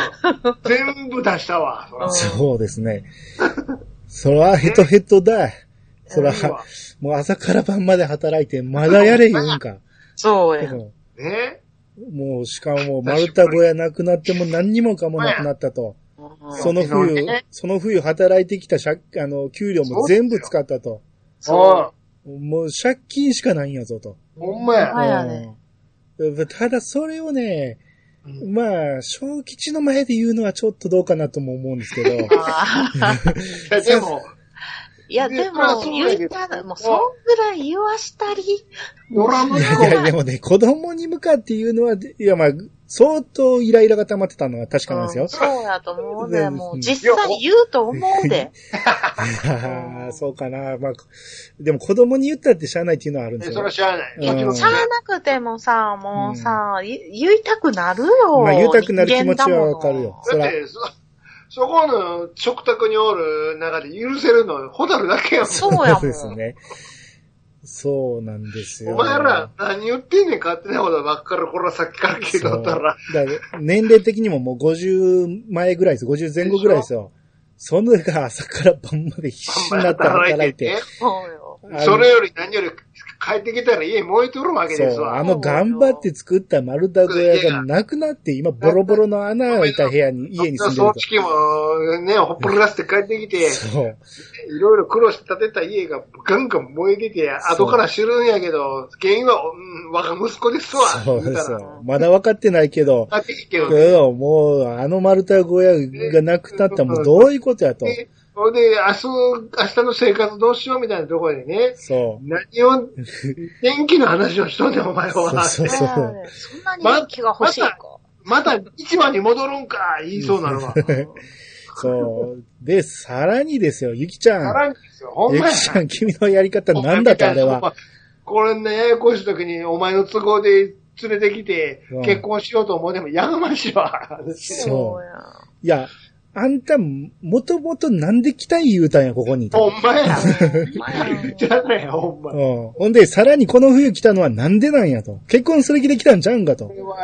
S3: 全部出したわ。そら
S2: うん
S1: そうですね。そら、ヘトヘトだ。そら
S3: 言うわ、
S1: もう朝から晩まで働いて、まだやれ言うんか。
S2: そう
S1: で
S2: や。
S1: も、
S3: ね。
S1: もう、しかも、丸太小屋なくなっても何にもかもなくなったと。
S2: うん
S1: その
S3: 昨日
S1: 冬
S3: ね、
S1: その冬働いてきた借、あの、給料も全部使ったと。
S3: そ
S1: もう借金しかないんやぞと。
S3: う。ほんまや。
S2: はいやね、
S1: うんただそれをね、
S3: うん
S1: まあ、小吉の前で言うのはちょっとどうかなとも思うんですけど
S2: あー
S3: いやでも、
S2: いや、で
S3: いや
S2: も、
S3: そりゃそうだ
S2: 言
S3: けど
S2: ったら、もう、そんぐらい言わしたり、
S3: ドラム
S1: いやいや、でもね、子供に向かって言うのは、いやまあ、相当イライラが溜まってたのは確かなんです
S2: う
S1: よ
S2: ん。そうだと思うね。
S1: うん
S2: もう、実際言うと思うで。
S1: あーそうかな。まあ、でも子供に言ったってしゃあないっていうのはあるんです
S3: そ
S1: よ
S3: ら。知らない。
S1: うん
S3: 時々
S2: しゃあなくてもさ、もうさ、い言いたくなるよ。
S1: まあ言いたくなる気持ちはわかるよ
S2: 人
S1: そ
S3: だ
S2: 間だもの
S1: ら
S3: って、そ、そこの食卓におる中で許せるの、ホタルだけやもん。
S2: そうやも ん。
S1: ですね。そうなんですよ。
S3: お前ら何言ってんねん勝手なことばっかり、これはさっきから聞いとったら。
S1: だから年齢的にももう50前ぐらいです。50前後ぐらいですよ。そのが朝から晩まで必死になって働いて。
S2: そうよ。
S1: あの
S3: それより何より帰ってきたら家燃えとるわけです
S1: そう、
S3: わ。
S1: あの頑張って作った丸太小屋がなくなって、今ボロボロの穴開いた部屋に、家に住んで
S3: そ
S1: る
S3: の式もね、ほっぽり出して帰ってきて
S1: と。、そう。
S3: いろいろ苦労して建てた家がガンガン燃えてて、後から知るんやけど、原因は、うん、我が息子ですわ。
S1: そう
S3: 言
S1: で
S3: う
S1: す
S3: たら
S1: よ。まだ分かってないけど、
S3: あ、いいけどね。
S1: けどもう、あの丸太小屋がなくなったらもうどういうことやと。
S3: で、ほんで、明日、明日の生活どうしようみたいなところでね、
S1: そう。
S3: 何を、天気の話をしとんねん、お前は。
S1: そうそう
S2: ねえそんなに元気が欲しいか。
S3: また市場に戻るんか、言いそ うなのは。さ
S1: そう。で、さらにですよ、ゆきちゃん。
S3: らにですよ、ほん
S1: ゆ
S3: まや
S1: き。ちゃん、君のやり方なんだとあれは。。
S3: これね、ややこしい時にお前の都合で連れてきて
S1: うん、
S3: 結婚しようと思うでもやがまし いわ。
S1: そう
S2: そうや。
S1: いや、あんた、もともとなんで来たい言うたんや、ここに。
S3: ほんまや。
S2: 前
S3: じゃねえ、ほんま
S1: う。ん。ほんで、さらにこの冬来たのはなんでなんやと。結婚する気で来たんちゃうんかと
S3: こ。れは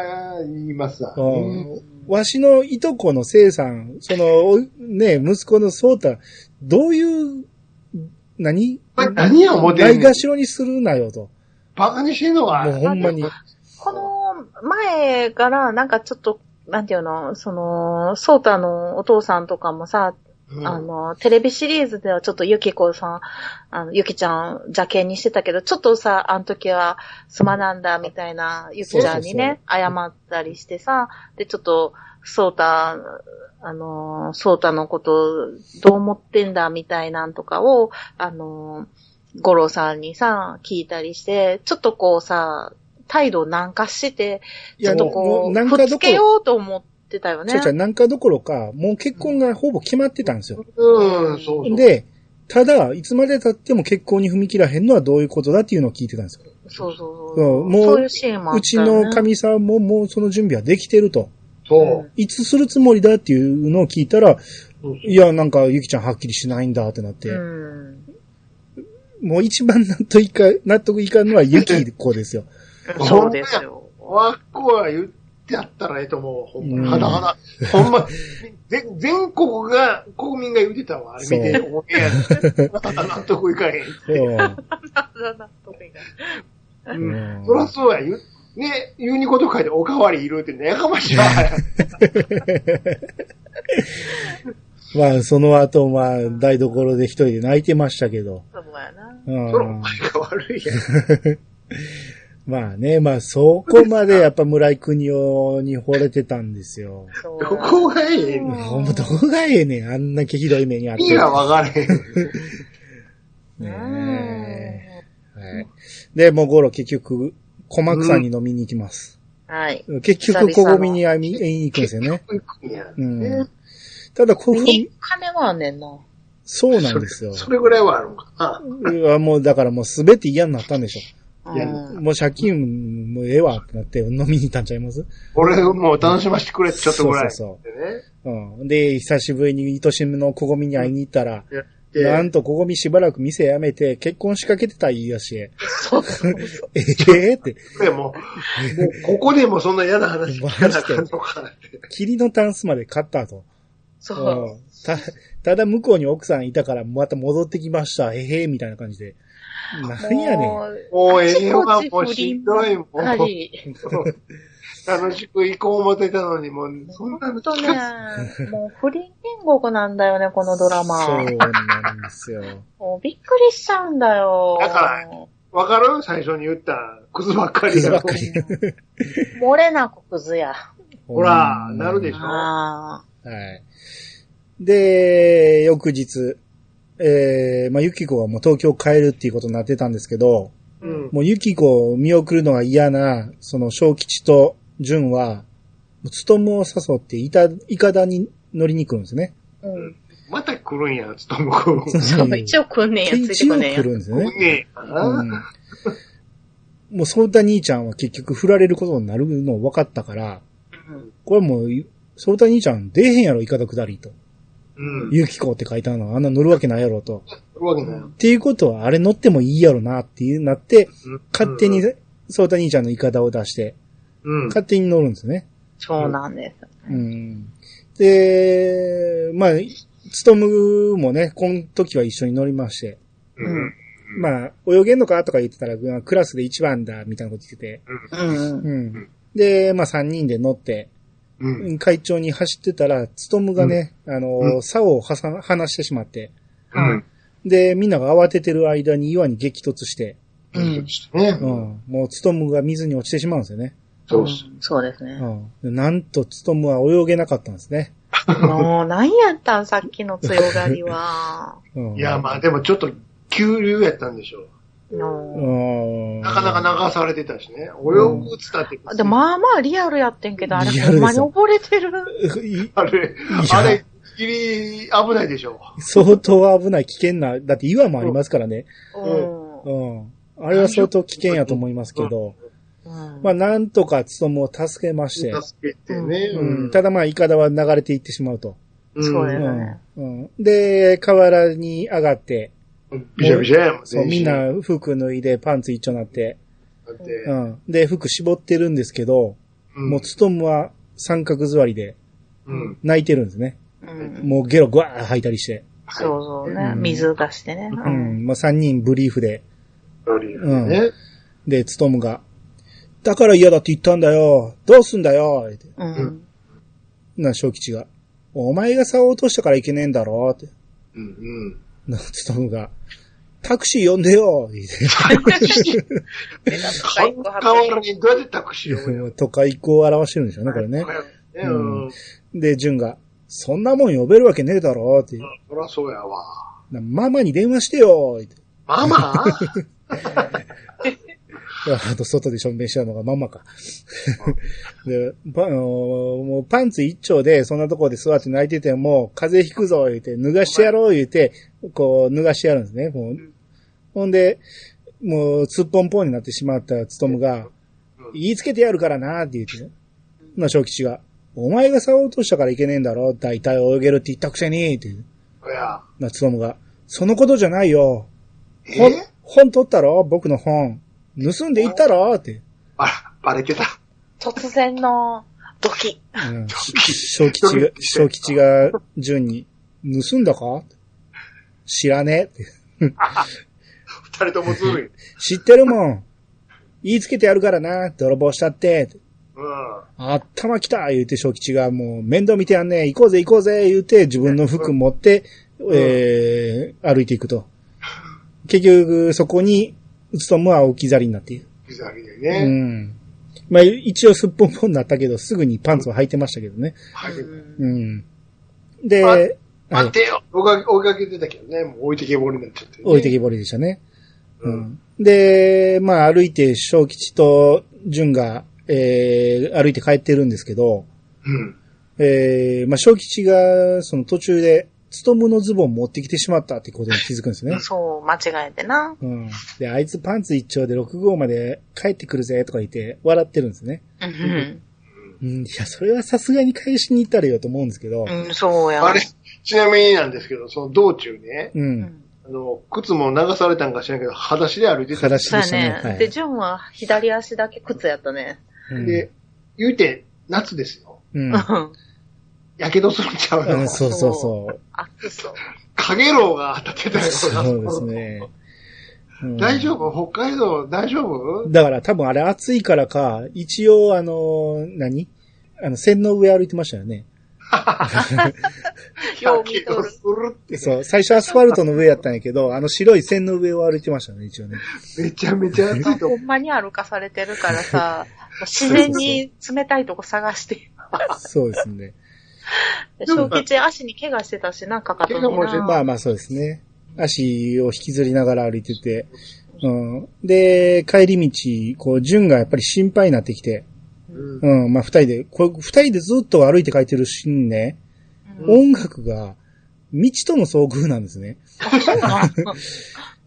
S3: 言いますわ。
S1: うん。わしのいとこのせいさん、その、おね、息子のそうた、どういう、何
S3: お前何や思てんね
S1: ない
S3: ん
S1: がしろにするなよと。
S3: バカにしてんの
S1: もう
S3: か。
S1: ほんまに。
S2: この前から、なんかちょっと、なんていうの、その、ソータのお父さんとかもさ、
S3: うん
S2: あの、テレビシリーズではちょっとゆきこさん、あの、ゆきちゃん邪険にしてたけど、ちょっとさ、あの時は、すまなんだ、みたいな、ゆきちゃんにね、謝ったりしてさ、で、ちょっと、そうた、あの、そうたのこと、どう思ってんだ、みたいなんとかを、あの、五郎さんにさ、聞いたりして、ちょっとこうさ、態度を軟化して、
S1: い
S2: ちょ
S1: や
S2: っとこ
S1: もう
S2: う、
S1: 軟化どこ
S2: く
S1: ろ
S2: っつけようと思ってたよね
S1: ちゃ。ちゃなんかどころか、もう結婚がほぼ決まってたんですよ。
S3: うん、そうそう。
S1: で、ただ、いつまで経っても結婚に踏み切らへんのはどういうことだっていうのを聞いてたんですよ。
S2: そうそ
S1: そ
S2: うそうう。
S1: もう
S2: そういうシーンもあっ
S1: うち
S2: たよ、ね。
S1: の神さんももうその準備はできてると。
S3: そう。
S1: いつするつもりだっていうのを聞いたら、
S3: そう
S1: いや、なんか、ゆきちゃんはっきりしないんだってなって、
S2: うん。
S1: もう一番納得いか、納得いかんのはゆき子ですよ。
S2: そうですよ。
S3: わっこは言ってやったらええと思う。ほんま
S1: うん
S3: に。はだはだ。ほんま、ぜ全国が、国民が言ってたわ。あれ見て、
S1: そ
S3: おえや。また納得いかへん。
S1: そう
S3: うんそらそうや。言うね、言うにこと書いておかわりいるってね、やかましいわ。
S1: まあ、その後、まあ、台所で一人で泣いてましたけど。
S2: そうや
S1: う
S2: な。
S1: ん
S3: そらお前が悪いやん。
S1: まあね、まあ、そこまでやっぱ村井邦夫に惚れてたんですよ。
S2: そう
S3: どこがええねん。
S1: ほんま、どこがええねん、あんなけひどい目にあって。
S3: 意味がわからへん。
S2: うん
S1: ねえはい。で、もうゴロ結局、小幕さんに飲みに行きます。
S2: はい。
S1: 結局、小込みに会いに会いに行くんですよね。
S3: いや
S1: うん。ただ、小
S2: 見
S1: 込
S2: に
S1: み
S2: 行、く金はあんねんな。
S1: そうなんですよ。
S3: それぐらいはあるのかな。
S1: うわもう、だからもうすべて嫌になったんでし
S2: う
S3: いや
S1: ょ。
S2: ん。
S1: もう借金もうええわってなって飲みに行ったんちゃいます
S3: 俺もう楽しませてくれってちょっとぐらい。
S1: そう
S3: でね。
S1: うん。で、久しぶりに愛しみの小込みに会いに行ったら、
S3: やっ
S1: な
S3: て、
S1: んと小込みしばらく店辞めて結婚しかけてた言い出し、え
S2: そうそうそう。
S1: えって、
S3: でも、もうここでもそんな嫌な話聞かなあかんのかなって。
S1: 霧のタンスまで買ったと。
S2: そう
S1: うんた、ただ向こうに奥さんいたからまた戻ってきました。へへみたいな感じで。なんやねん。
S3: もう
S2: あ
S3: え
S2: ち
S3: え
S2: こ
S3: わ、
S2: ち
S3: もうしんどい、もう。
S2: やっぱり、
S3: 楽しく行こう思ってたのに、もう、そんな
S2: ほん
S3: の
S2: と
S3: 聞
S2: ね
S3: かず、
S2: もう不倫天国なんだよね、このド
S1: そ
S2: ラ
S1: うなん
S2: マ。
S1: ですよ。
S2: もうびっくりしちゃうんだよ。
S3: だからわかる最初に言った、クズばっか
S1: ク
S3: り
S1: ズばっ
S3: が
S1: か。り。
S2: 漏れなくクズや。
S1: ほ
S3: ほらなるでしょ
S2: ああ。
S1: はい。で、翌日、えー、まあ、ゆきこはもう東京帰るっていうことになってたんですけど、
S3: うん。
S1: もうユキコを見送るのが嫌な、その小吉と純は、つとむを誘っていた、いかだに乗りに来るんですね。
S2: うん。
S3: また来るんや、つとむくん。
S2: そう、一応来んねんや、ついて
S1: 一
S2: く
S1: 応
S2: んねん
S1: 来
S2: や。
S1: るんですよ
S3: 来
S1: ね。
S3: んねえ
S1: う。
S3: なん
S1: もう、そうた兄ちゃんは結局振られることになるの分かったから、
S2: うん
S1: これもう、そうた兄ちゃん出えへんやろ、いかだ下りと。
S3: うん。
S1: ユキコって書いてあるのはあんな乗るわけないやろと。
S3: 来るわけないよ。
S1: っていうことは、あれ乗ってもいいやろなっていうなって、
S3: うん
S1: 勝手に、そうた兄ちゃんのイカダを出して、
S3: うん。
S1: 勝手に乗るんですね。
S2: そうなんです。
S1: うんで、まあ、つとむもね、この時は一緒に乗りまして、
S3: うん。
S1: まあ、泳げんのかとか言ってたら、まあクラスで一番だ、みたいなこと言ってて、
S2: うん。
S1: うん。で、まあ三人で乗って、
S3: うん。
S1: 会長に走ってたら、つとむがね、あのー、竿をはさ離してしまって、
S3: うん。
S1: で、みんなが慌ててる間に岩に激突して、
S2: うん。
S3: ね
S1: う。ん。もう、つとむが水に落ちてしまうんですよね。
S3: そうっす。
S2: そうですね。
S1: うん。なんと、つとむは泳げなかったんですね。
S2: もう、何やったん、さっきの強がり は。
S1: うん。
S3: いや、まあでもちょっと、急流やったんでしょう。
S2: の
S1: うん。
S3: なかなか流されてたしね。泳ぐっつったって。
S2: で、まあまあリアルやってんけど、あれ
S1: リアルで
S2: ほん
S1: すよ
S2: まに溺れてる。
S1: い
S3: あれ、
S1: や
S3: あれ、ギリ危ないでしょ。
S1: 相当危ない、危険な、だって岩もありますからね。
S2: うん。
S1: うん。あれは相当危険やと思いますけど、
S2: うん
S1: まあなんとかつともを助けまして、
S3: 助けてね。
S1: うん、ただまあイカダは流れていってしまうと。
S2: そう
S1: う
S2: や
S1: ん
S2: ね。
S1: うん、で、河原に上がって、
S3: うんびしゃびしゃやもん
S1: そう、みん。
S3: 全
S1: な服脱いでパンツ一丁になって、
S3: 身だって
S1: うん。で、服絞ってるんですけど、
S3: うん
S1: もうつともは三角座りで
S3: うん。
S1: 泣いてるんですね。
S2: うん。
S1: もうゲログワー吐いたりして。
S2: そうそう
S1: う
S2: ね。
S1: ん
S2: 水出してね。
S1: う。ん。まあ三人ブリーフで
S3: ロリーね。
S1: で、つとむが、だから嫌だって言ったんだよ。どうすんだよ。って
S2: うん。
S1: な、小吉が。お前が竿を落としたからいけねえんだろ。って。
S3: うん
S1: な、つとむが、タクシー呼んでよ。っ
S3: うん。代わりにどうやってタクシーを呼ぶの
S1: て。とか意向を表してるんでしょうね、これね。
S3: うん。
S1: で、純が、そんなもん呼べるわけねえだろ。って。
S3: そらそうやわ。
S1: なママに電話してよ。って
S3: ママ
S1: あと、外でしょんべんしたのがママか。でパあのーもうパンツ一丁で、そんなところで座って泣いてても、風邪ひくぞ、言うて、脱がしてやろう、言うて、こう、脱がしてやるんですね。こうほんで、もう、すっぽんぽんになってしまったつとむが、
S3: うん
S1: 言いつけてやるからな、って言ってね。な、小吉が、お前が触ろうとしたからいけねえんだろ。大体泳げるって言ったくせに、って言う。
S3: いや、
S1: な、つとむが、そのことじゃないよ。本
S3: え、
S1: 本取ったろ僕の本。盗んでいったろって。
S3: あら、バレてた。
S2: 突然のドキ。
S1: うん小吉が、小吉が、順に、盗んだか知らねえって。
S3: 二人ともずるい。
S1: 知ってるもん。言いつけてやるからな、泥棒したって。
S3: うん。
S1: 頭きた言うて小吉がもう面倒見てやんねえ、行こうぜ行こうぜ言うて自分の服持って、えー、歩いていくと。結局そこに、うつとむは置き去りになっている。
S3: ギザギで
S1: う
S3: ね。
S1: ん。まあ一応すっぽんぽんになったけど、すぐにパンツを履いてましたけどね。
S3: は
S2: う
S3: い
S2: ん
S1: うん。
S3: まあ
S1: で、
S3: 待てよ追いかけ追いかけてたけどね、もう置いてけぼりになっちゃって、ね。
S1: 置いて
S3: け
S1: きぼりでしたね。うん。で、まあ歩いて小吉と淳が、えー、歩いて帰ってるんですけど、
S3: うん。
S1: えー、まあ、小吉が、その途中で、つとむのズボン持ってきてしまったってことに気づくんですね。
S2: そう、間違えてな。
S1: うん。で、あいつパンツ一丁で6号まで帰ってくるぜとか言って笑ってるんですね。
S2: うん
S1: うん。いや、それはさすがに返しに行ったらよと思うんですけど。
S2: うん、うんそうや。
S3: あれ、ちなみになんですけど、その道中ね、
S1: う。
S2: うんん。
S3: あの、靴も流されたんか知らんけど、裸足で歩いてた。
S1: 話
S2: そ
S1: で
S2: うや
S1: したね。は
S2: ね。で、
S1: い。
S2: ジュンは左足だけ靴やったね。
S1: うん
S3: で、言うて、夏ですよ。
S1: うん。
S2: うん。
S3: やけどするんちゃう
S1: う
S3: の
S1: ん、そうそうそう。
S2: あ、そう。
S3: かげろうが当たってたよ、
S1: そうですね。うん
S3: 大丈夫北海道大丈夫
S1: だから多分あれ暑いからか、一応あの、何あの、線の上歩いてましたよね。
S2: よ
S3: や
S2: う見
S3: け
S2: と
S3: ど
S2: る
S3: するって、
S1: そう、最初アスファルトの上やったんやけど、あの白い線の上を歩いてましたね、一応ね。
S3: めちゃめちゃ 暑いと
S2: ほ
S3: 思
S2: んまに歩かされてるから さ、自然に冷たいとこ探して。
S1: そうですね。
S2: で小吉足に怪我してたしな、かかとにな。
S3: 怪我もして
S1: まあまあそうですね。足を引きずりながら歩いてて、うん。で、帰り道、こう、順がやっぱり心配になってきて、
S3: う。
S1: うん、まあ二人で、これ二人でずっと歩いて帰ってるシーンね、
S2: うん
S1: 音楽が、道との遭遇なんですね。
S2: あそうなん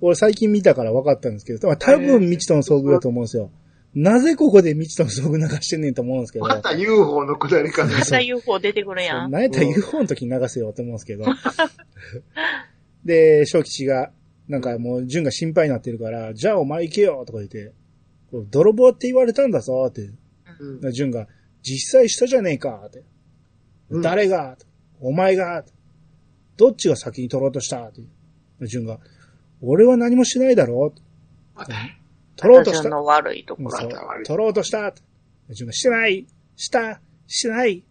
S1: 俺最近見たから分かったんですけど、まあ多分道との遭遇だと思うんですよ。なぜここで道との遭遇流してんねんと思うんですけど。
S3: また UFO の下り方。
S2: また UFO 出てくるやん。
S1: なんやったら UFO の時に流せよって思うんです けど。で、正吉が、なんかもう、純が心配になってるから、じゃあお前行けよとか言って、こう泥棒って言われたんだぞって。
S3: うん
S1: 純が、実際したじゃねえかって。
S3: うん
S1: 誰がお前がどっちが先に取ろうとしたって。純が、俺は何もしないだろ
S3: また
S1: 取ろうとした
S2: 私。の悪いとこ
S1: もう
S2: ろ。
S1: そう
S3: また悪い
S1: 取ろうとした。自分がしてないしたしてない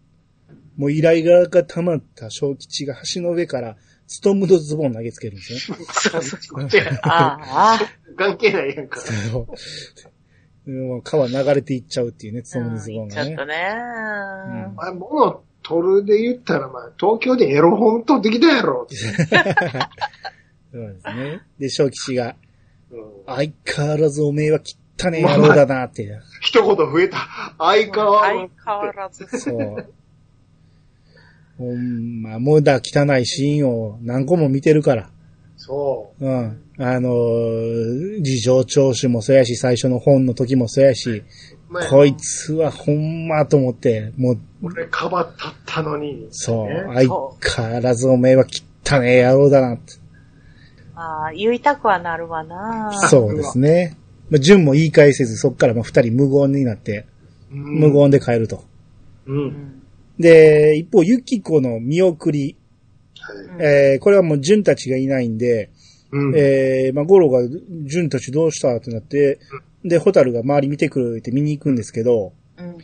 S1: もう依頼がが溜まった小吉が橋の上から、ストームのズボン投げつけるんですね。
S2: そうそう。
S3: 違う
S2: ああ、
S3: 関係ないやんか。
S1: そうもう川流れていっちゃうっていうね、ストームのズボ
S2: 行
S1: ン
S2: っちゃ
S1: が
S2: っ
S1: ね。
S2: たね。
S3: まあ、物を取るで言ったら、まあ、東京でエロ本取ってきたやろ。
S1: そうですね。で、小吉が、
S3: うん
S1: 相変わらずおめえは汚ねえ野郎だなって。
S3: 一言増えた。相変わら
S2: 相
S3: ず。
S2: 変わらず。
S1: そう。ほんま、もうだ汚いシーンを何個も見てるから。
S3: そ
S1: うん。あのー事情聴取もそうやし、最初の本の時もそうやし、
S3: う。まあ、
S1: こいつはほんまと思って、もう、
S3: 俺、かばったったのに。
S1: そう
S3: ね、
S1: 相変わらずおめえは汚ねえ野郎だなって。
S2: ああ、言いたくはなるわな。
S1: そうですね。まあ、順も言い返せず、そっからまあ二人無言になって、
S3: うん
S1: 無言で帰ると。
S3: う。
S2: うんん。
S1: で、一方、ユキコの見送り、
S3: はい
S2: うん
S1: えー、これはもう順たちがいないんで、
S3: うん。
S1: えー、まあ、ゴロが、順たちどうしたってなって、で、ホタルが周り見てくるって見に行くんですけど、
S2: うん。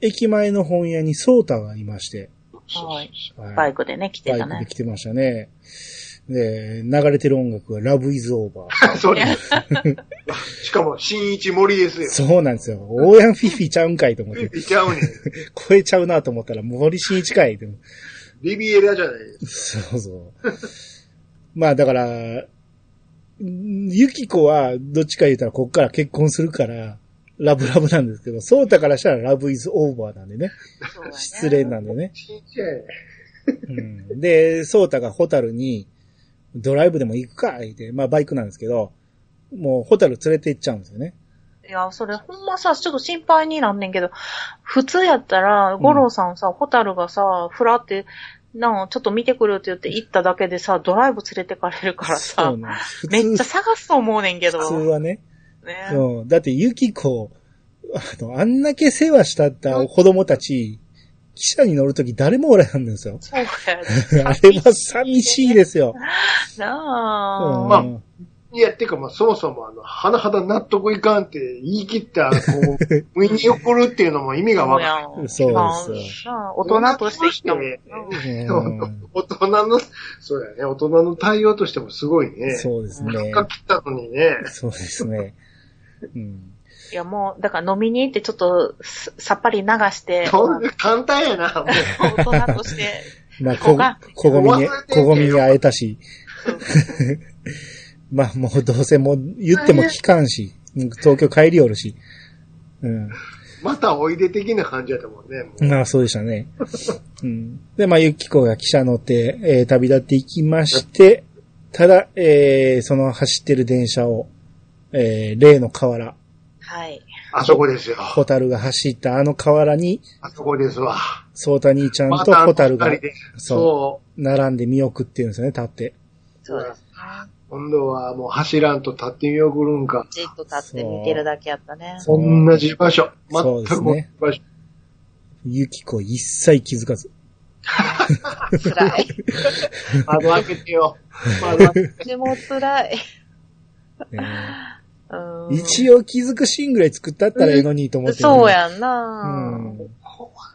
S1: 駅前の本屋にソータがいまして、
S2: はい。
S1: はい
S2: バイクでね、来て
S1: バ
S2: た
S1: イクで
S2: ね。
S1: 来てましたね。で、流れてる音楽は Love is over。
S3: それ。 しかも、新一森ですよ。
S1: そうなんですよ。オーヤンフィフィちゃうんかいと思って、
S3: いちゃうねん。
S1: 超えちゃうなと思ったら森進一かいって。
S3: リビエラじゃないです。
S1: そうそう。まあだから、ユキコはどっちか言ったらこっから結婚するから、ラブラブなんですけど、ソータからしたらラブイズオーバーなんでね。失恋なんでね。
S3: ちっちゃい。
S1: うん、で、ソータがホタルに、ドライブでも行くか、言って、まあバイクなんですけど、もうホタル連れて行っちゃうんですよね。
S2: いや、それほんまさ、ちょっと心配になんねんけど、普通やったら、五郎さんさ、ホタルがさ、ふらって、なんかちょっと見てくるって言って行っただけでさ、ドライブ連れてかれるから
S1: そ
S2: さ
S1: う、なんです。普
S2: めっち
S1: 通、
S2: ゃ探すと思うねんけど。
S1: 普通はね。
S2: ね。
S1: うん。だって、ユキコ、あの、あんだけ世話したった子供たち、汽車に乗るとき誰もおらへんんですよ
S2: そうやね。
S1: あれは寂しいですよ。
S2: な
S1: うん
S2: あ。
S3: まあいや、てかまあ、そもそもあの、はなはだ納得いかんって言い切った、こ う、身に起こるっていうのも意味がわ
S2: そう
S3: か
S2: や
S3: る。
S2: ん。
S1: そう
S2: なん
S1: です
S2: なあ大人として人も。
S1: うん
S3: 大人の、そうやね、大人の対応としてもすごいね。
S1: そうです
S3: せっ
S1: ね。
S3: かく来たのにね。
S1: そうですね。うん。
S2: いや、もう、だから飲みに行ってちょっとささっぱり流して、
S3: そんな簡単やな、もう。
S2: 大人として。
S1: まあ、こ
S2: ここが、
S1: こごみに
S3: ここ忘れ、てんねん
S1: こごみに会えたし。 まあ、もうどうせもう言っても聞かんし、もう東京帰りおるし。うん。
S3: またおいで的な感じやったもんね、もう。
S1: まあ、そうでしたね。うん。で、まあ、ゆきこが汽車乗って、えー旅立っていきまして、ただ、えーその走ってる電車を、えー例の河原、
S2: はい。
S3: あそこですよ。
S1: ホタルが走ったあの河原に、
S3: あそこですわ。
S1: ソータ兄ちゃん
S3: ま
S1: と
S3: たあの
S1: ホタルが
S3: 二人で。
S1: そ
S3: そ
S1: 並んで見送ってるんですよね、立って。
S2: そうですね。
S3: う。今度はもう走らんと立ってみよくるんか。
S2: じっと立って見てるだけやったね。
S1: そう
S3: 同じ場所。全
S1: そうです
S3: く同じ
S1: ね
S3: 場所。
S1: ゆきこ一切気づかず。
S2: 辛い。
S3: 窓開けてよ。窓開けて
S2: でも辛い。
S1: ね
S2: うん
S1: 一応気づくシーンぐらい作ったったらええのにと思って、
S2: そう。やん
S1: う
S2: な、
S1: ん。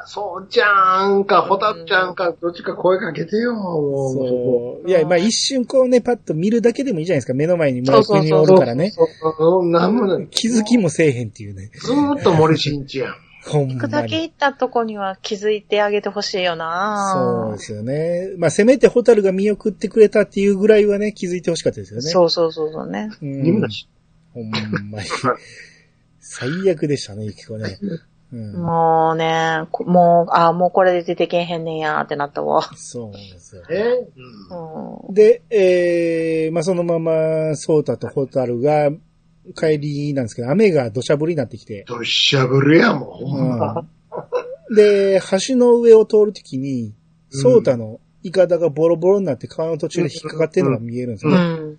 S3: そうじゃんか、ホタルちゃんか、どっちか声かけてよ、もう。
S1: そう。いや、まあ一瞬こうね、パッと見るだけでもいいじゃないですか。目の前に村上におるからね。
S3: そうそうそうなんもない。
S1: 気づきもせえへんっていうね。
S3: ずーっと森進一やん。
S1: ほん
S2: 行
S1: ま
S2: くだけ
S1: に。
S2: 行ったとこには気づいてあげてほしいよな
S1: そうですよね。まあせめてホタルが見送ってくれたっていうぐらいはね、気づいてほしかったですよね。
S2: そうそうそうそうね。
S1: う
S3: みん
S1: ん
S3: な。し
S1: ほんまに。最悪でしたね、ゆきこね。うん。
S2: もうね、こもう、ああ、もうこれで出てけへんねんやーってなったわ。
S1: そうなんですよ。
S3: ね。
S2: う
S3: うん
S2: ん。
S1: で、えー、まあ、そのまま、ソータとホタルが、帰りなんですけど、雨が土砂降りになってきて、
S3: どっしゃぶるやん、もう。ほんま。
S1: で、橋の上を通るときに、ソータのイカダがボロボロになって川の途中で引っかかってるのが見えるんですよ
S2: う
S1: ね。
S2: ん。
S3: うん。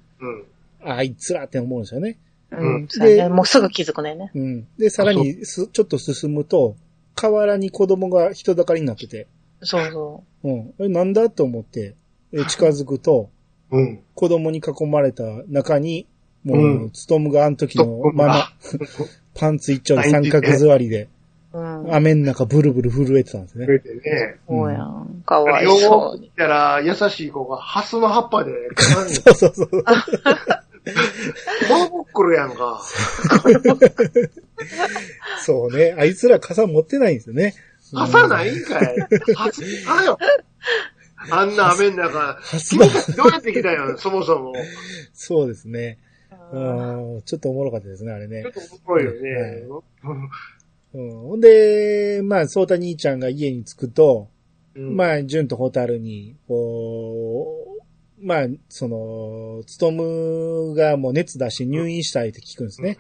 S1: あいつらって思うんですよね。
S2: う
S3: うん
S2: ん。そうや
S1: で
S2: ね。もうすぐ気づくねんね。
S1: うん。で、さらにす、ちょっと進むと、河原に子供が人だかりになってて、
S2: そうそ
S1: うん。え、なんだと思って、え近づくと、
S3: うん。
S1: 子供に囲まれた中に、も
S3: う
S1: う、
S3: ん
S1: つとむがあの時のまま、パンツ一丁で三角座りで、
S2: う。うん。
S1: 雨の中ブルブル震えてたんです
S3: く
S1: ね。
S3: れてね。
S2: そうやん。かわい
S3: よ
S2: そう
S3: う
S2: に
S3: 見。たら、優しい子が、ハスの葉っぱで、
S1: そうそうそう。
S3: ボロボックルやんか。
S1: そうね。あいつら傘持ってないんですよね。
S3: 朝ないんかい。ハス、あよ。あんな雨の中、
S1: 傘
S3: 君たちどうやって来た よ、そもそも。
S1: そうですね。う
S2: うん
S1: んちょっとおもろかったですね、あれ
S3: ちょ
S1: ね
S3: っ。と面白いよね。
S1: うんほんで、まあ、そうた兄ちゃんが家に着くと、
S3: うん
S1: まあ、純とホタルに、こう、まあ、その、つとむがもう熱出して入院したいって聞くんですね。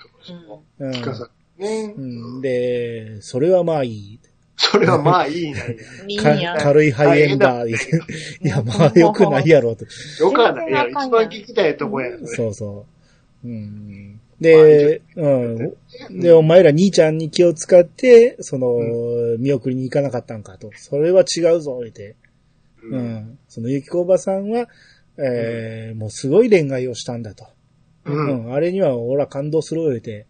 S1: うん
S3: 聞かさね
S1: うん、で、それはまあいい。
S3: それはまあいいな。
S2: いい
S1: か
S2: んや。
S1: 軽い肺炎だ。
S3: 肺炎だ
S1: 言うていや、まあ良くないやろと。
S3: よかった。いや、一番聞きたいとこや。
S1: そうそう。うん、で、うん。で、お前ら兄ちゃんに気を使って、その、見送りに行かなかったんかと。それは違うぞ、言うて。う
S3: うん。
S1: ん。その、ゆきこおばさんは、えーもうすごい恋愛をしたんだと。
S3: う。
S1: うんん、あれには俺は感動する言うて、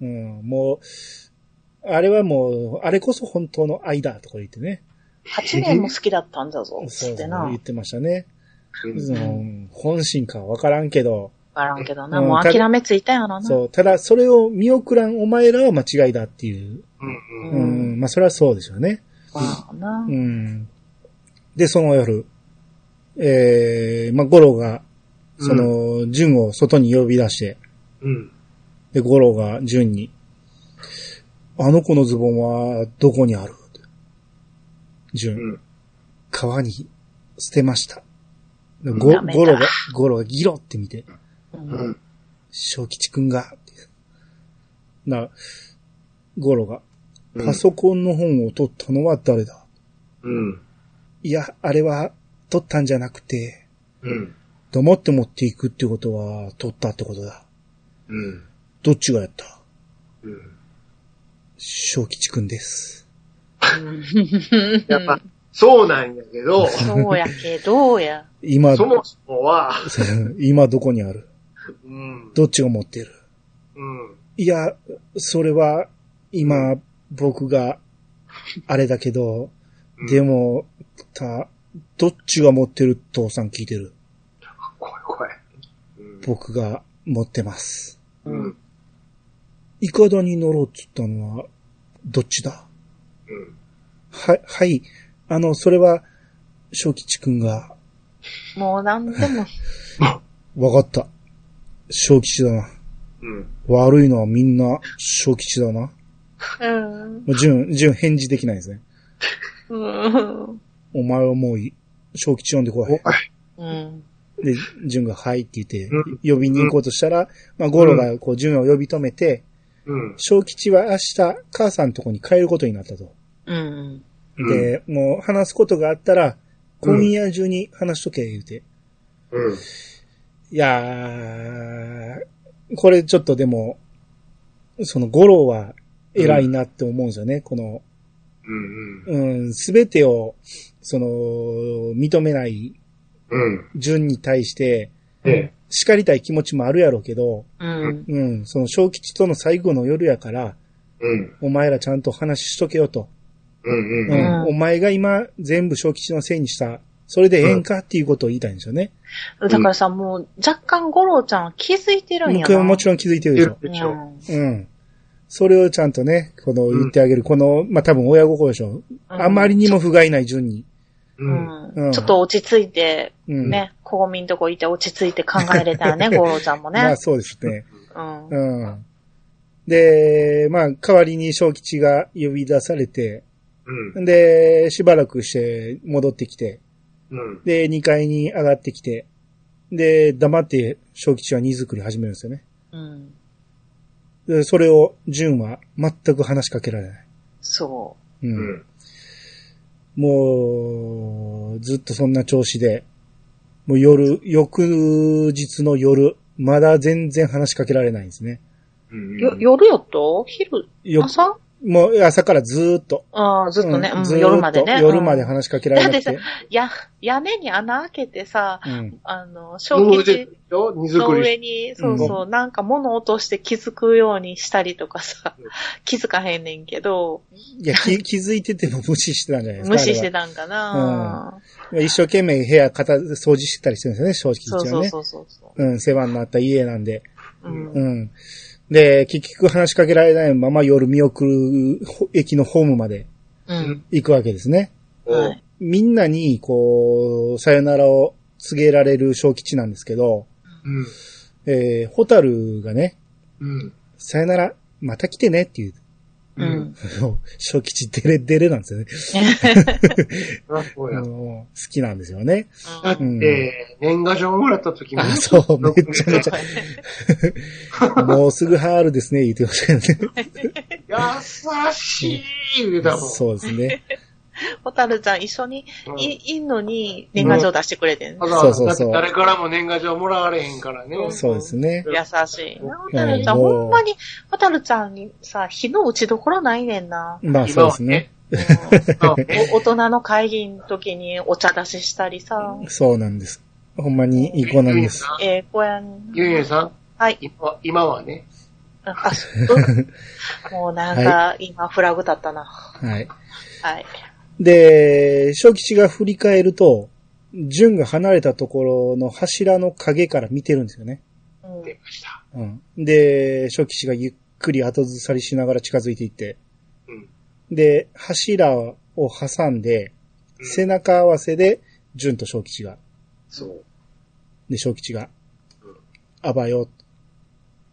S1: うん、もう、あれはもう、あれこそ本当の愛だとか言ってね。
S2: 8年も好きだったんだぞ。つってな。
S1: 言ってましたね。
S3: うん
S1: その本心かはわからんけど、
S2: わからんけどな。
S1: うん
S2: もう諦めついたやろな。
S1: そう、ただそれを見送らんお前らは間違いだっていう。う、
S3: うん
S2: うんん
S1: まあそれはそうでしょうね。
S2: まあな
S1: う。ん。で、その夜、えー、まあゴロが、その、純を外に呼び出して、
S3: うん。
S1: で、ゴロが純に、あの子のズボンはどこにある純、
S3: うん
S1: 川に捨てました。ゴ
S2: ダメだ
S1: ゴロが、ゴロがギロって見て、
S2: うん
S3: ん。
S1: 小吉くんが、ってな、ゴロが、
S3: うん
S1: パソコンの本を取ったのは誰だ、
S3: うん。
S1: いや、あれは取ったんじゃなくて、
S3: うん。
S1: 黙って持っていくってことは取ったってことだ。
S3: うん。
S1: どっちがやった
S3: うん。
S1: 小吉くんです。
S3: やっぱ、そうなんやけど、
S2: そうやけどや。
S1: 今、
S3: そもそもは、
S1: 今どこにある
S3: うん。
S1: どっちが持ってる
S3: うん。
S1: いや、それは、今、僕が、あれだけど、
S3: うん
S1: でも、た、どっちが持ってる父さん聞いてる。
S3: 怖い怖い。うん
S1: 僕が持ってます。
S3: うん。
S1: イカダに乗ろうっつったのは、どっちだ
S3: うん。
S1: は、はい。あの、それは、小吉くんが、
S2: もうなんでも。
S1: わかった。小吉だな。
S3: うん。
S1: 悪いのはみんな、小吉だな。
S2: うん。
S1: もう、順、順返事できないですね。
S2: うん。
S1: お前はもういい、小吉呼んでこい。
S2: うん。
S1: で、純がはいって言って
S3: うん、
S1: 呼びに行こうとしたら、まあ、ゴロがこう、純を呼び止めて、
S3: うん。
S1: 小吉は明日、母さんのとこに帰ることになったと。
S2: うん。
S1: で、もう話すことがあったら、今夜中に話しとけ、言うて。
S3: うん。
S1: いやー、これちょっとでも、そのゴロは偉いなって思うんですよね。この、
S3: うん。
S1: うん、すべてを、その、認めない
S3: うん。
S1: 純に対して、
S3: で、
S1: 叱りたい気持ちもあるやろうけど、
S2: うん。
S1: うん、その小吉との最後の夜やから、
S3: うん。
S1: お前らちゃんと話しとけよと。
S3: うん。
S1: う
S3: うん。
S1: ん。
S2: うん
S1: お前が今全部小吉のせいにした。それでええんかっていうことを言いたいんですよね。
S2: だからさ、もう若干五郎ちゃんは気づいてるんや
S1: 僕
S2: な。
S1: はもちろん気づいてるでしょ。
S3: でしょ。
S1: うん。それをちゃんとね、この言ってあげる。この、まあ、多分親心でしょ。あまりにも不甲斐ない順に。
S3: う。
S2: うんん、
S1: うん
S2: ちょっと落ち着いて、
S1: うん。
S2: ね、ここみんとこいて落ち着いて考えれたら ね、五郎ちゃんも
S1: ま
S2: ね
S1: あ。そうですね。
S2: うん。
S1: うん。で、まあ、代わりに小吉が呼び出されて、
S3: うん。
S1: で、しばらくして戻ってきて、
S3: うん。
S1: で、2階に上がってきて、で、黙って小吉は荷造り始めるんですよね。
S2: うん。
S1: で、それを、純は全く話しかけられない。
S2: そ
S1: うん。
S3: うん。
S1: もう、ずっとそんな調子で、もう夜、翌日の夜、まだ全然話しかけられないんですね。
S2: う。よ、夜よと昼
S1: よ
S2: 朝
S1: もう朝からずーっと。
S2: ああ、ずっとね、
S1: うん
S2: うん
S1: ずーっと
S2: 夜までね。
S1: 夜まで
S2: うん
S1: 話しかけられなく。
S2: だってや、屋根に穴開けてさ、
S1: うん。
S2: あの、
S3: 登
S2: 小
S3: れてる
S2: 吉
S3: でしょ荷
S2: の
S3: 造り。
S2: 上に、そうそう、なんか物落として気づくようにしたりとかさ
S3: うん、
S2: 気づかへんねんけど、
S1: い や、気気づいてても無視してたんじゃないですか。
S2: 無視して
S1: た。
S2: たんかな、
S1: 一生懸命部屋片掃除してたりしてるんですよね、正
S2: そ
S1: 直
S2: う
S1: 言
S2: そう
S1: ね。
S2: そうそうそ
S1: うん、世話になった家なんで。
S2: う。うん。
S1: うん。で、結局話しかけられないまま夜見送るほ駅のホームまで
S2: うん。
S1: 行くわけですね。
S2: は
S3: う
S2: い。
S1: みんなに、こう、さよならを告げられる小吉なんですけど、
S3: ん。
S1: えー、ホタルがね、
S3: うん。
S1: さよなら、また来てねっていう、
S2: う
S3: うん。
S2: ん。
S1: 小吉デレデレなんですよね。
S3: あ、そう
S1: あ
S3: や
S1: の。好きなんですよね。
S3: だっ
S1: うん
S3: て、年賀状もらった時も
S1: あ、 そう、めっちゃめちゃ、もうすぐハールですね、言ってましたよね。
S3: 優しい言うたもん。
S1: そうですね。
S2: ホタルちゃん一緒に
S3: うん
S2: い、いんのに年賀状出してくれてんね
S3: わざわ
S1: そうそ
S3: ざ、だ
S1: う
S3: って
S1: そう
S3: 誰からも年賀状もらわれへんからね。
S1: そうですね。
S2: 優しいな。ホ
S3: うん
S2: タルちゃん、
S1: うん
S2: ほんまに、ホタルちゃんにさ、火の打ちどころないねんな。
S1: まあそうですね。
S2: うん
S3: 今はね。
S2: お大人の会議の時にお茶出ししたりさ、
S1: そうなんです。ほんまにいい子なんです。
S2: ええ子やんな。
S3: ゆうゆうさん、
S2: はい。
S3: 今は今はね、
S2: あ、そう もうなんか、今フラグ立ったな。
S1: はい。
S2: はい。
S1: で、小吉が振り返ると、純が離れたところの柱の影から見てるんですよね。
S2: うん
S3: 出ました。
S1: うん。で、小吉がゆっくり後ずさりしながら近づいていって、
S3: うん。
S1: で、柱を挟んで、
S3: うん
S1: 背中合わせで、純と小吉が、
S3: そう。
S1: で、小吉が、あばよ、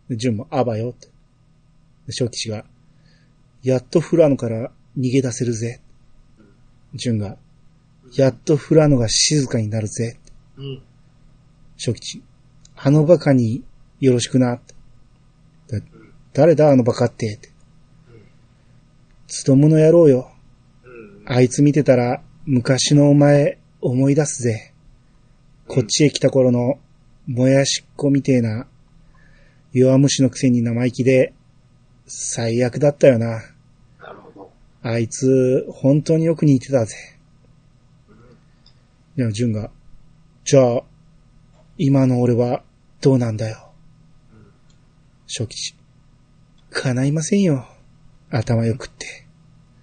S1: で純もあばよって、で小吉が、やっとフラノから逃げ出せるぜ。純が、やっとフラノが静かになるぜ。
S3: うん。
S1: 初吉。あのバカによろしくな。だ誰だあのバカって。つとむの野郎よ。
S3: うん。
S1: あいつ見てたら昔のお前思い出すぜ。こっちへ来た頃のもやしっこみてえな弱虫のくせに生意気で最悪だったよな。
S3: なるほど。
S1: あいつ、本当によく似てたぜ。でも、純が、じゃあ、今の俺は、どうなんだよ。初吉。叶いませんよ。頭よくって。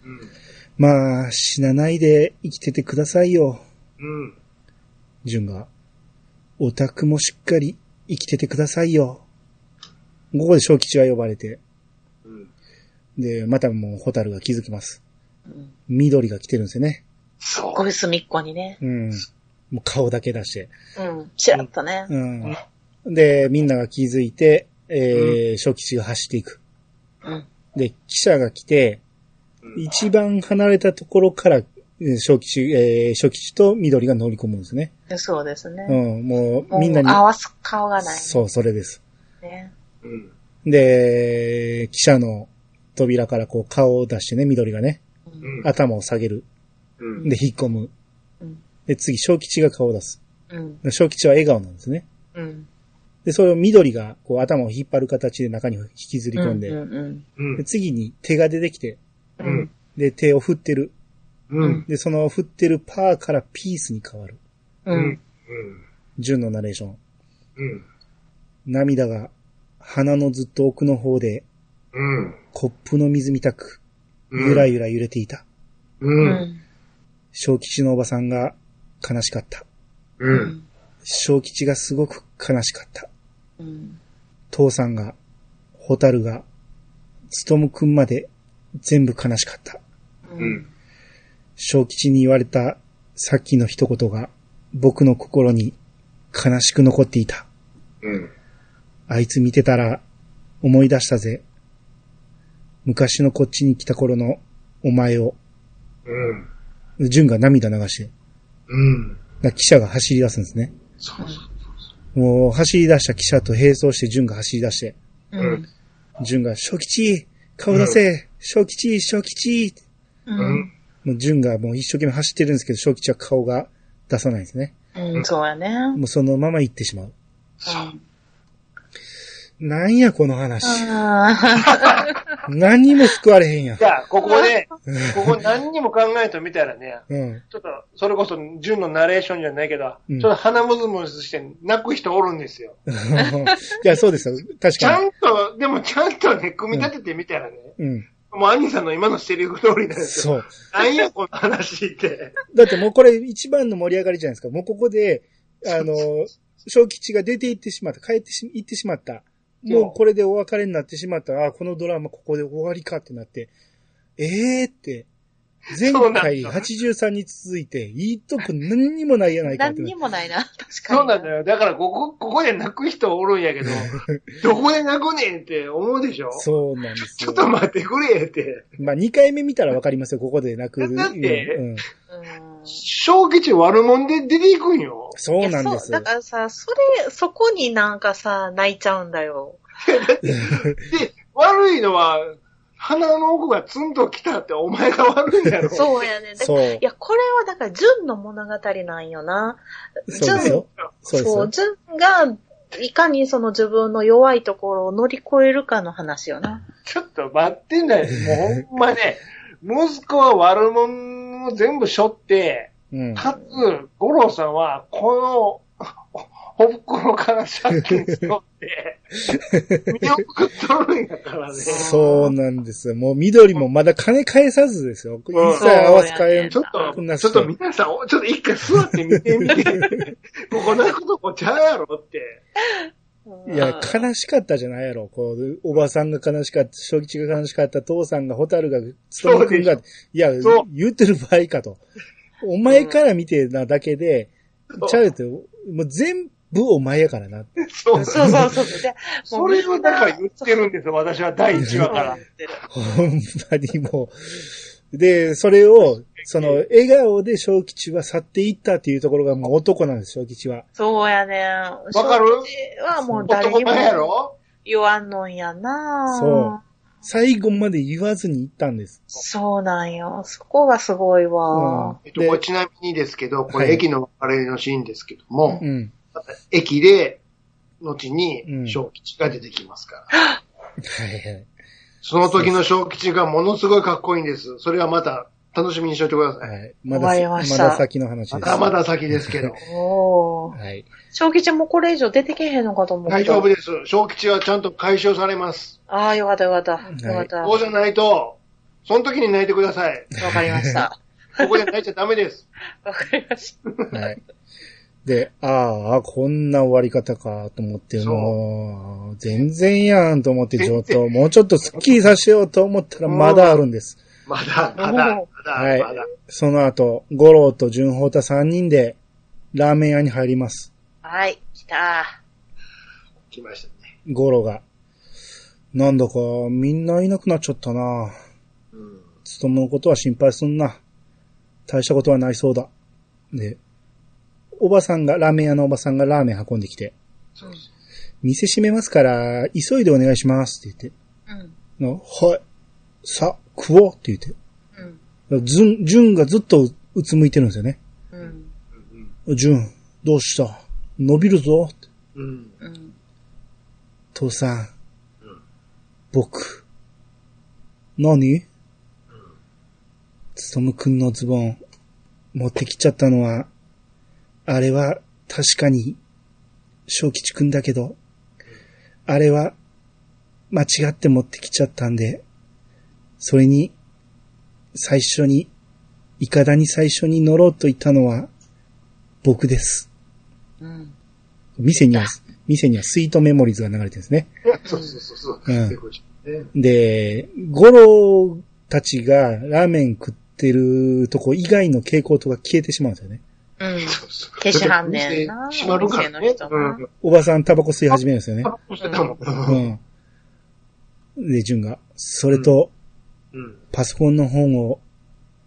S3: うん。
S1: まあ、死なないで生きててくださいよ。
S3: うん。
S1: 純が、オタクもしっかり生きててくださいよ。ここで小吉は呼ばれて、
S3: うん。
S1: で、またもうホタルが気づきます。
S2: うん
S1: 緑が来てるんですよね。
S3: そ
S2: これ隅っこにね。
S1: うん。もう顔だけ出して。
S2: うん。ちらっとね。
S1: うん。で、みんなが気づいて、えー、初期値が走っていく。
S2: うん。
S1: で、記者が来て、
S3: うん
S1: 一番離れたところから、えー初期値、えー、初期値と緑が乗り込むんですね。
S2: そうですね。
S1: うん、もう、
S2: もう
S1: みんなに。
S2: 合わす顔がない、ね。
S1: そう、それです。
S2: ね。
S3: う。うん。
S1: で、記者の扉からこう顔を出してね、緑がね、
S3: うん。
S1: 頭を下げる。
S3: うん。
S1: で、引っ込む
S2: うん。
S1: で、次、小吉が顔を出す。
S2: うん。
S1: 小吉は笑顔なんですね。
S2: うん。
S1: で、それを緑がこう頭を引っ張る形で中に引きずり込んで、
S2: うんうん
S3: うん
S1: で。次に手が出てきて、
S2: う
S3: うん
S2: ん。
S1: で、手を振ってる。
S3: うん。
S1: で、その振ってるパーからピースに変わる。
S2: う。
S3: うん
S1: 純のナレーション。
S3: うん。
S1: 涙が鼻のずっと奥の方で
S3: うん。
S1: コップの水みたく、
S3: うん
S1: ゆらゆら揺れていた。
S2: う
S3: うん。
S2: ん。
S1: 小吉のおばさんが悲しかった。
S3: う。
S2: うんん。
S1: 小吉がすごく悲しかった。
S2: うん。
S1: 父さんが、ホタルが、つとむくんまで全部悲しかった。
S3: うん。
S1: 小吉に言われたさっきの一言が僕の心に悲しく残っていた。
S3: うん。
S1: あいつ見てたら思い出したぜ。昔のこっちに来た頃のお前を、
S3: うん。
S1: 純が涙流して、だか
S3: うん。
S1: ら記者が走り出すんですね。
S3: そうそう。
S1: もう走り出した記者と並走して純が走り出して、
S2: うん。
S1: 純が、小吉顔出せ小吉小吉
S3: う
S2: う
S3: んん。
S1: もう純がもう一生懸命走ってるんですけど、小吉は顔が出さないんですね。
S2: うん。そうやね。
S1: もうそのまま行ってしまう。
S3: そう。
S1: なんやこの話。
S2: あ
S1: 何にも救われへんやん
S3: じ。ゃあ、ここで、ここ何にも考えてみたらね、
S1: うん。
S3: ちょっと、それこそ、純のナレーションじゃないけど、
S1: うん
S3: ちょっと鼻むずむずして泣く人おるんですよ。
S1: いや、そうですよ。確
S3: ちゃ
S1: か
S3: んと、でもちゃんとね、組み立ててみたらね、
S1: に。うん。
S3: もう兄さんの今のセリフ通りなんですよ。
S1: そう。
S3: 何や、この話って。
S1: だってもうこれ一番の盛り上がりじゃないですか。もうここ で、あの、小吉が出て行ってしまった。帰ってし、行ってしまった。もうこれでお別れになってしまった。あーこのドラマここで終わりかってなって。ええー、って。前
S3: そうなんで
S1: 回
S3: すよ
S1: 83に続いて、いいとこ何にもないやないかっ
S2: 何
S1: てなっ
S2: に
S1: て。
S2: もない な。確かに。
S3: そうなんだよ。だから、ここ、ここで泣く人おるんやけ ど、どこで泣くねんって思うでしょ
S1: そうなんです
S3: ちょ
S1: よ
S3: っ。と待ってくれって。
S1: まあ、2回目見たらわかりますよ。ここで泣く。
S3: だって
S1: うん、
S2: うん。
S3: 小吉悪者で出ていくんよ。
S1: そ
S2: いう
S1: な
S2: や
S1: んで
S2: そう
S1: す。
S2: だからさ、それ、そこになんかさ、泣いちゃうんだよ。
S3: で、悪いのは、鼻の奥がツンと来たってお前が悪いんだろ。
S2: そうやね。だから
S1: そう
S2: い。や、これはだから、純の物語なんよな。
S1: そうですよ。そうです
S2: そう、
S1: よ。
S2: 純が、いかにその自分の弱いところを乗り越えるかの話よな。
S3: ちょっと待ってんだよ。もうほんまね、息子は悪者を全部背負って、
S1: うん。
S3: かつ、五郎さんは、この、ほほぶころから借金し とって、見送っとるんやからね。
S1: そうなんですよ。もう緑もまだ金返さずですよ。一
S3: うん
S1: 切合わせ替えん
S3: ちょっ
S1: こんな
S3: と、
S1: 人
S3: ちょっと皆さん、ちょっと一回座って見てみ て、ここなことこちゃうやろって。
S1: いや、
S2: か
S1: 悲しかったじゃないやろ。こう、おばさんが悲しかった、小吉が悲しかった、父さんが、ホタルが、つとむくんが
S3: そ、
S1: いや
S3: そう、
S1: 言ってる場合かと。お前から見てなだけで、ちゃうよって、もう全部お前やからな。
S3: そう
S2: そ
S3: そうう。
S2: そうそうそう。で
S3: それをだから言ってるんですよ、私は第1話か。
S2: も
S3: ら
S2: うみんなそう。言ってる
S1: ほんまにもう。で、それを、その、笑顔で小吉は去っていったっていうところがもう男なんです、小吉は。
S2: そうやねん。
S3: かる
S2: 正直はもう誰に
S3: 男前や
S2: も
S3: ろ
S2: 言わんのんやな
S1: そう最後まで言わずに行ったんです。
S2: そうなんよ。そこがすごいわ。
S3: えっと、
S1: で
S3: これちなみにですけど、こ
S1: はい
S3: れ駅の別れのシーンですけども、
S1: うん。
S3: 駅で、後
S1: うん
S3: に小吉が出てきますから。
S1: はいはい。
S3: その時の小吉がものすごいかっこいいんです。それはまた楽しみにしておいてください。
S1: はい。ま
S2: 終
S1: だ、
S2: わ
S1: ま
S2: りました
S1: だ先の話です。
S3: まだまだ先ですけど。
S2: おー。
S1: はい。
S2: 正吉もこれ以上出てけへんのかと思った。
S3: 大丈夫です。小吉はちゃんと解消されます。
S2: ああ、よかったよかった。よかった。
S3: そ
S2: わ
S3: うじゃないと、その時に泣いてください。
S2: かりました。
S3: ここで泣いちゃダメです。
S2: わかりました。
S1: はい。で、ああ、こんな終わり方かと思って、
S3: そう
S1: もう、全然やんと思って、ちょ
S3: 全然
S1: っと、もうちょっとスッキリさせようと思ったら、まだあるんです。
S3: まだ、まだ、まだ、
S2: お
S1: はい
S3: まだ。
S1: その後、五郎と純宝太3人で、ラーメン屋に入ります。
S2: はい、来た。
S3: 来ましたね。
S1: 五郎が。なんだか、みんないなくなっちゃったな
S3: うん。
S1: 勤のことは心配すんな。大したことはないそうだ。で、おばさんが、ラーメン屋のおばさんがラーメン運んできて、
S3: そうです。
S1: 店閉めますから、急いでお願いしますって言って、
S2: うん。
S1: のはい。さ、食おうって言って。
S2: うん。
S1: ずん、じゅんがずっとううつむいてるんですよね。
S2: うん。
S3: うん。
S1: じゅん、どうした伸びるぞって。
S3: うん。
S2: うん。
S1: 父さん
S3: うん。
S1: 僕。何つとむくんのズボン、持ってきちゃったのは、あれは確かに、正吉くんだけど、あれは、間違って持ってきちゃったんで、それに、最初に、いかだに最初に乗ろうと言ったのは、僕です。
S2: うん。
S1: 店には、店にはスイートメモリーズが流れてるんですね。
S3: そうそうそうそう。
S1: うん
S3: でこっちね
S1: で、ゴロたちがラーメン食ってるとこ以外の蛍光灯が消えてしまうんですよね。
S2: うん。
S3: そうそう
S2: 消しはんねんな
S3: 閉まるからね。
S2: お店の人
S3: う。
S2: なん
S1: おばさんタバコ吸い始めるんですよね
S3: タ。バコしてたもん。
S1: うん。で、ジュンが、それと、
S3: うん。
S1: パソコンの本を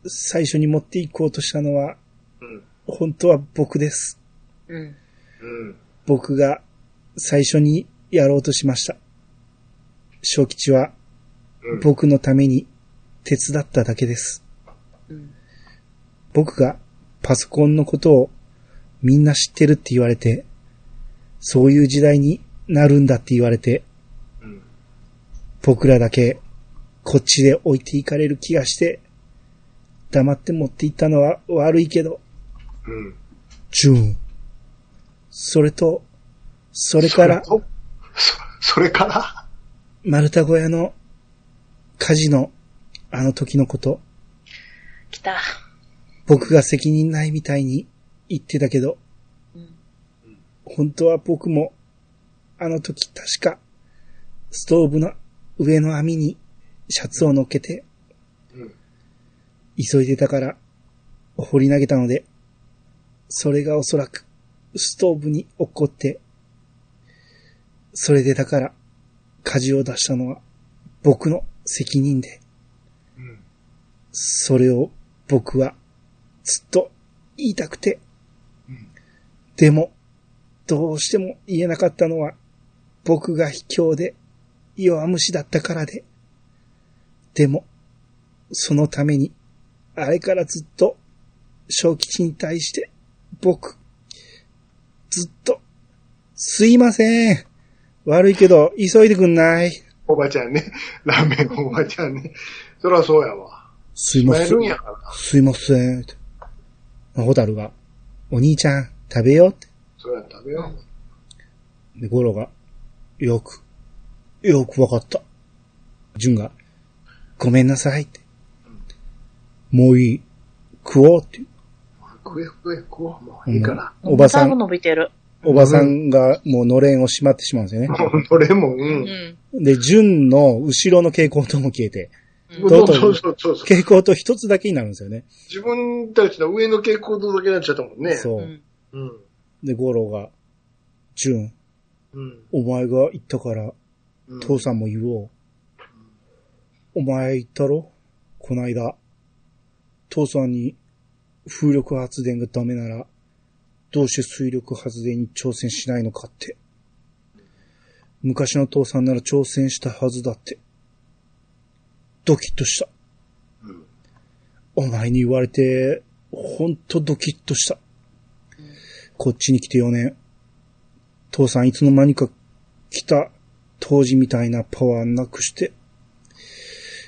S1: 最初に持っていこうとしたのは、
S3: うん。
S1: 本当は僕です。
S2: うん。
S3: うん。
S1: 僕が最初にやろうとしました。小吉は
S3: うん。
S1: 僕のために手伝っただけです。
S2: うん。
S1: 僕がパソコンのことをみんな知ってるって言われて、そういう時代になるんだって言われて、
S3: うん
S1: 僕らだけこっちで置いていかれる気がして、黙って持っていったのは悪いけど、
S3: うん。
S1: ジューン。それと、それから、
S3: そ、そそれから
S1: 丸太小屋の火事のあの時のこと、
S2: 来た。
S1: 僕が責任ないみたいに言ってたけど、
S2: うん。
S1: 本当は僕も、あの時確か、ストーブの上の網にシャツを乗っけて、
S3: うん。
S1: 急いでたから、掘り投げたので、それがおそらく、ストーブに落っこって、それでだから、火事を出したのは、僕の責任で、
S3: うん。
S1: それを僕は、ずっと言いたくて、
S3: うん
S1: でも、どうしても言えなかったのは、僕が卑怯で、弱虫だったからで。でも、そのために、あれからずっと、小吉に対して、僕、ずっと、すいません。悪いけど、急いでくんない
S3: おばちゃんね。 ラーメンおばちゃんね。そりゃそうやわ。
S1: すい
S3: まえるんやから。
S1: すいません。ホタルが、お兄ちゃん、食べようって。
S3: そりゃ食べよ
S1: で、ゴロが、よく、よくわかった。ジュンが、ごめんなさいって。もういい。食おうって。
S3: う。食え食え食おう。もういいから。
S1: おばさ
S2: だいぶ
S1: ん、
S2: 伸びてる。
S1: おばさんがもうのれんをしまってしまうんですよね。
S3: もうそれも、う。
S2: うんん。
S1: で、ジュンの後ろの蛍光灯も消えて、
S2: う
S1: ど
S2: ん
S3: そうう
S1: ぞ
S3: そうそうそう。
S1: 蛍光灯一つだけになるんですよね。
S3: 自分たちの上の蛍光灯だけになっちゃったもんね。
S1: そうう。
S2: ん。
S3: う。うん。
S1: で、ゴロが、純、
S3: うん。
S1: お前が言ったから、
S3: うん
S1: 父さんも言おう。お前言ったろこないだ。父さんに風力発電がダメなら、どうして水力発電に挑戦しないのかって。昔の父さんなら挑戦したはずだって。ドキッとした。
S3: うん
S1: お前に言われて、ほんとドキッとした。こっちに来て4年。父さんいつの間にか来た当時みたいなパワーなくして、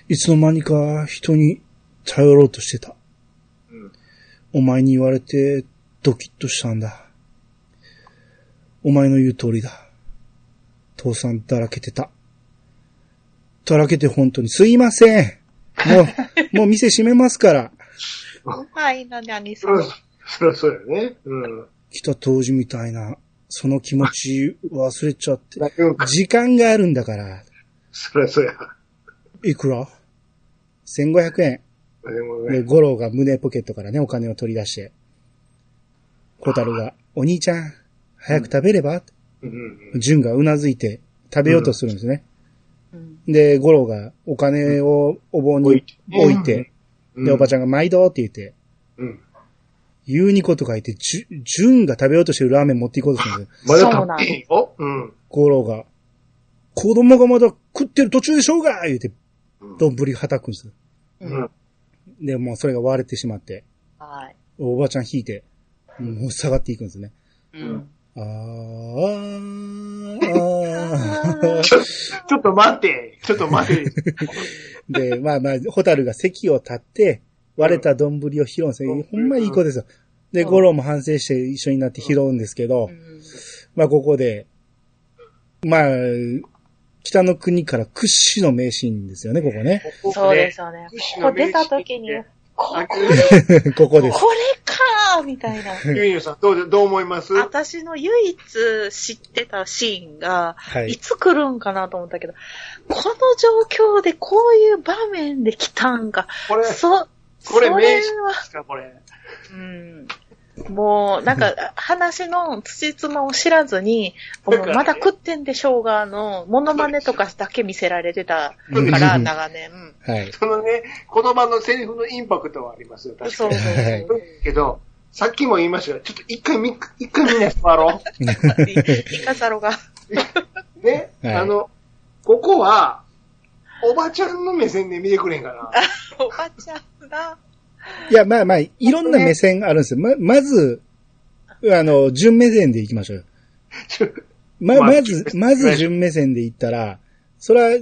S1: いつの間にか人に頼ろうとしてた。
S3: うん
S1: お前に言われてドキッとしたんだ。お前の言う通りだ。父さんだらけてた。だらけて本当にすいません。も う、もう店閉めますから。
S2: うまいな、何
S3: そ
S2: そ
S3: り
S2: れ
S3: ゃ。、そりゃそうやね。うん。
S1: 来た当時みたいな、その気持ち忘れちゃって。
S3: だけど
S1: 時間があるんだから。
S3: そりゃそうや。
S1: いくら ?1500 円。
S3: でも
S1: で、
S3: ね、
S1: ゴロが胸ポケットからね、お金を取り出して、コタルが、お兄ちゃん、早く食べれば、
S3: うんうん
S1: ジュンがうなずいて、食べようとするんですね。
S2: うん
S1: で、ゴロがお金をお盆に
S3: 置いて
S1: 置いて、
S3: うん。
S1: で、おばち
S3: ゃ
S1: ゃんが毎度って言って、
S3: ん。うん。
S1: 言うにこと書いて、ジュジュンが食べようとしてるラーメン持っていこうとするんですよ。
S3: まだ
S2: そうな
S3: 食べ
S2: ん
S3: ていいよ。うん。
S1: ゴロが、子供がまだ食ってる途中でしょうが言うて、
S3: うん
S1: 丼はたくんですよ。
S3: うん。
S1: で、もうそれが割れてしまって、
S2: はい。
S1: おばちゃん引いて、もう下がっていくんですね。
S2: うん。
S1: あーあー、
S3: ちょ、ちょっと待って。ちょっと待 って。
S1: で、まあまあ、ホタルが席を立って、割れた丼を拾うんですよ。ほんまいい子ですよ。で、
S2: うん
S1: ゴロも反省して一緒になって拾うんですけど、まあここで、まあ、北の国から屈指の名シーンですよね、ここね。
S2: そうですよね。
S3: 屈指
S2: こ
S3: の
S2: う出
S3: 名刺
S2: た時に、こ
S3: あ
S2: こ、
S3: き
S2: こ
S3: み
S1: ここで
S2: れ
S1: す。
S2: かーみたいな。
S3: ゆうゆうさん、どうで、どう思います
S2: 私の唯一知ってたシーンが、
S1: はいい。
S2: つ来るんかなと思ったけど、この状況でこういう場面で来たんか。
S3: これ、
S2: そ、
S3: これ
S2: そ
S3: 名刺
S2: れ
S3: で
S2: は、
S3: すか、これ。
S2: うんもう、なんか、話の土妻を知らずに、
S3: だからね
S2: まだ食ってんでしょうが、の、モノマネとかだけ見せられてた
S1: うん
S2: から、
S1: うん
S2: 長年。うん
S1: はい。
S3: そのね、言葉のセリフのインパクトはありますよ、確か
S2: そう
S3: に。
S2: そう
S1: はい
S3: けど、さっきも言いましたが、ちょっと一回み、一回みんな座ろ
S2: そう。 イカサロが。
S3: う。ね、
S1: はい
S3: あの、ここは、おばちゃんの目線で見てくれんか な。
S2: おばちゃんが、
S1: いや、まあまあ、いろんな目線があるんですよ。ま、まず、あの、純目線でいきましょうよ。
S3: ちょ
S1: ま、
S3: まあ
S1: まず、まず純目線で言ったら、それは、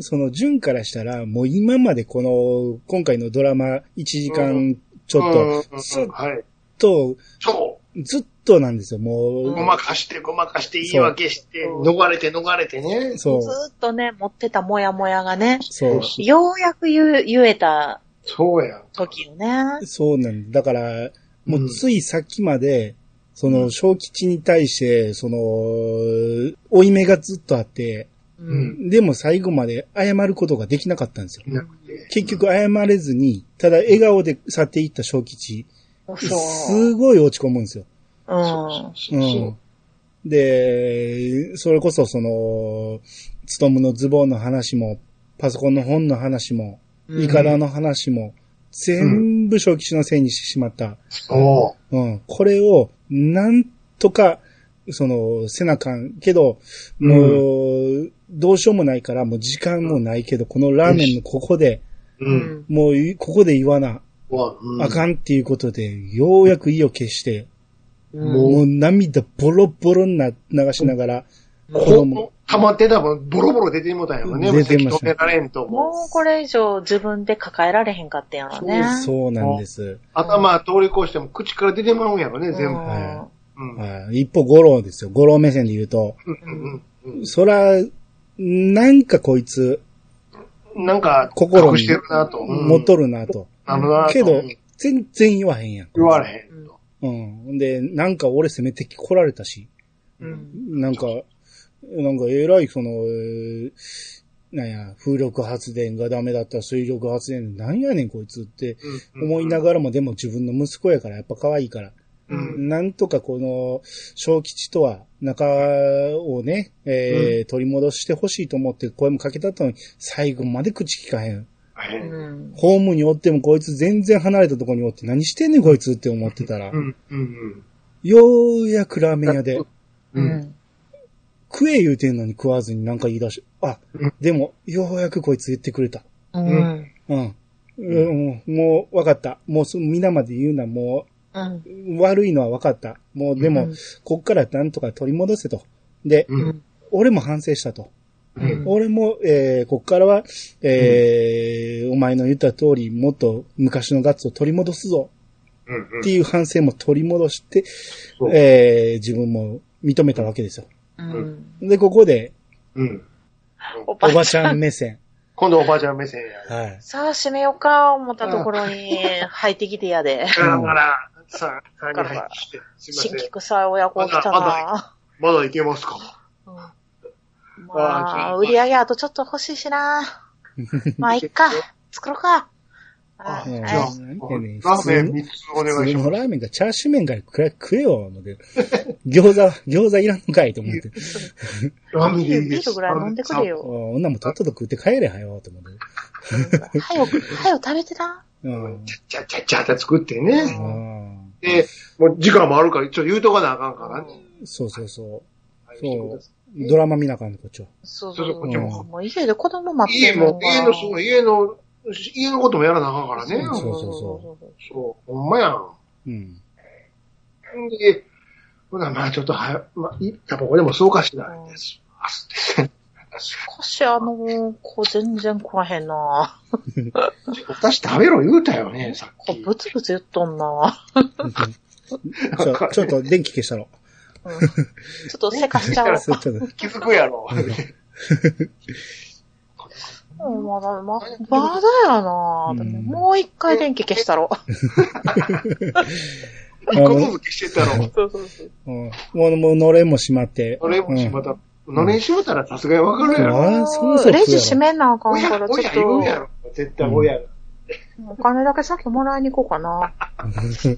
S1: その純からしたら、もう今までこの、今回のドラマ1時間ちょっ
S3: うん
S1: と、ずっ
S3: はい。
S1: と、
S3: そ
S1: ずっとなんですよ、
S3: う。ご
S1: も
S3: まかして、ごまかして、言い訳して、逃れて、逃れてね
S1: う。。そう、
S2: ずーっとね、持ってたモヤモヤがね、
S1: そう、
S2: ようやく言う言えた
S3: そうやん。
S2: 時よね。
S1: そうなんだ。だから、もうついさっきまで、その、小吉に対して、その、追い目がずっとあって、
S2: う
S3: うん
S2: ん。
S1: でも最後まで謝ることができなかったんですよ。
S3: なくて。
S1: 結局謝れずに、ただ笑顔で去っていった小吉。
S2: そう。
S1: すごい落ち込むんですよ。
S2: う
S3: そ
S2: ん。
S3: そううそ
S1: ん。で、それこそその、つとむのズボンの話も、パソコンの本の話も、イカダの話も、全部小吉のせいにしてしまった。
S3: う。お
S1: うん。これを、なんとか、その、せなかん。けど、もう、どうしようもないから、もう時間もないけど、このラーメンのここで、
S3: う。
S2: うんん。
S1: もうい、ここで言わな、
S3: うん。
S1: あかんっていうことで、ようやく意を決して、
S3: うん
S1: もう涙ボロボロにな流しながら、
S3: 子
S1: 子供
S3: 供。溜まってたもん、ボロボロ出てもうたんやもんね。
S1: 出てました
S3: もうせき止められんと。もう
S2: もうこれ以上自分で抱えられへんかったんやろね。
S1: そうなんです。
S3: 頭通り越しても口から出てまうんやろね、全部。
S1: は
S3: うん。
S1: はい一方、五郎ですよ。五郎目線で言うと、
S3: うんうん
S1: そら、なんかこいつ、
S3: うんなんか、
S1: 心に
S3: 隠してるなと。うん
S1: 持っとるなと。
S3: なるなと
S1: けど、全然言わへんやん。
S3: 言われへんと。
S1: うん。で、なんか俺攻めて来られたし、
S2: うん。
S1: なんか、なんか偉い、その、えーなんや、風力発電がダメだったら水力発電、なんやねんこいつって
S3: うん
S1: 思いながらも、でも自分の息子やから、やっぱ可愛いから、
S3: うん。
S1: なんとかこの、小吉とは仲をね、えー取り戻してほしいと思って声もかけたったのに、最後まで口聞かへん。
S3: はい。うん。
S2: ん。
S1: ホームにおってもこいつ全然離れたとこにおって何してんねんこいつって思ってたら、
S3: うん。うん。
S1: ようやくラーメン屋で、
S2: う
S3: うん
S2: ん。
S1: 食え言うてんのに食わずになんか言い出し、あ
S3: うん、
S1: でも、ようやくこいつ言ってくれた。
S2: うん。
S1: うん。うん、もう、わかった。もう、そ皆まで言うな、も
S2: うん。
S1: う、悪いのはわかった。もう、でも、こっからなんとか取り戻せと。で、
S3: うん。うん。
S1: 俺も反省したと。
S3: うん。
S1: 俺も、えー、こっからは、えーお前の言った通り、もっと昔のガッツを取り戻すぞ
S3: うん
S1: って。いう反省も取り戻して、
S3: そう
S1: えー自分も認めたわけですよ。
S2: うん。
S1: で、ここで、
S3: うん。
S2: お
S1: お
S2: ば
S1: ば
S2: ち
S1: ち
S2: ゃ
S1: ゃ
S2: ん。
S1: ん目線。
S3: 今度おばあちゃん目線 や。
S1: はい。
S2: さあ、閉めようか、思ったところに、入ってきてやで。
S3: ガラガラ、さあ、さあに入ってきて。すい
S2: 新
S3: ませ
S2: 規
S3: ん。
S2: 臭い親子来たな。
S3: まだいけますか
S2: うんまあ、売り上げあとちょっと欲しい しな。まあ、いっか。作ろうか。
S3: あ
S2: あ
S3: じゃ
S1: ん
S3: あ、ラーメン3つお願い
S1: 普通
S3: し
S1: の
S3: ま
S1: ラーメンがチャーシュー麺から食ら食えよ、思って。餃子、餃子いらんのかいと思って。
S3: す。ラーメン
S2: ビ
S3: でいい
S2: ー
S3: で
S2: ル
S3: す。
S2: ぐらい飲んでくれよ。
S1: お女もとっとと食って帰れはよ、と思って。
S2: はよ、はよ食べてな。
S1: うん。
S3: ちゃちゃちゃって作ってね。
S1: うん
S3: で、もう時間もあるから、ちょっと言うとかなあかんからね。
S1: そうそうそ
S3: はい
S1: そうう。ドラマ見なあかんね、こっちは。
S2: そう
S3: そうそうこ
S1: っちも
S2: もう家で子供待
S3: 家
S2: ってるの
S3: も、
S2: が
S3: 家の、そう、家の、家のこともやらなあかんからね。
S1: そうそう
S3: そう、ほんまや
S1: うん。
S3: ん。で、ほな、まあちょっとはや、まあ、いタバコでもそうかしら。です。あすって。
S2: しかし、あの、子全然来らへんな。
S3: 私食べろ言うたよね、さっ
S2: こ
S3: き
S2: う。ブツブツ言っと んな。
S1: ちょちょっと電気消したろ。
S2: うんちょっとせかしち ゃおう
S1: そうちょっと。
S3: 気づくやろ。
S2: うんまだ、ま、まだやな。でももう一回電気消したろ。
S3: 一個ずつ消してたろ。
S2: そうそうそう。
S1: うんもう、もう、のれんも閉まって。
S3: のれんもしまた、のれんしまったらさすがにわかるやろ。
S1: ああ、そもそも
S2: レジ
S1: 食
S2: 閉
S1: うや
S2: めなあかん
S3: 親、
S2: から、ちょ
S3: 親
S2: っ
S3: いるや
S2: と、
S3: ろ。絶対親が。
S2: お金だけさっきもらいに行こうかな。
S1: ろ。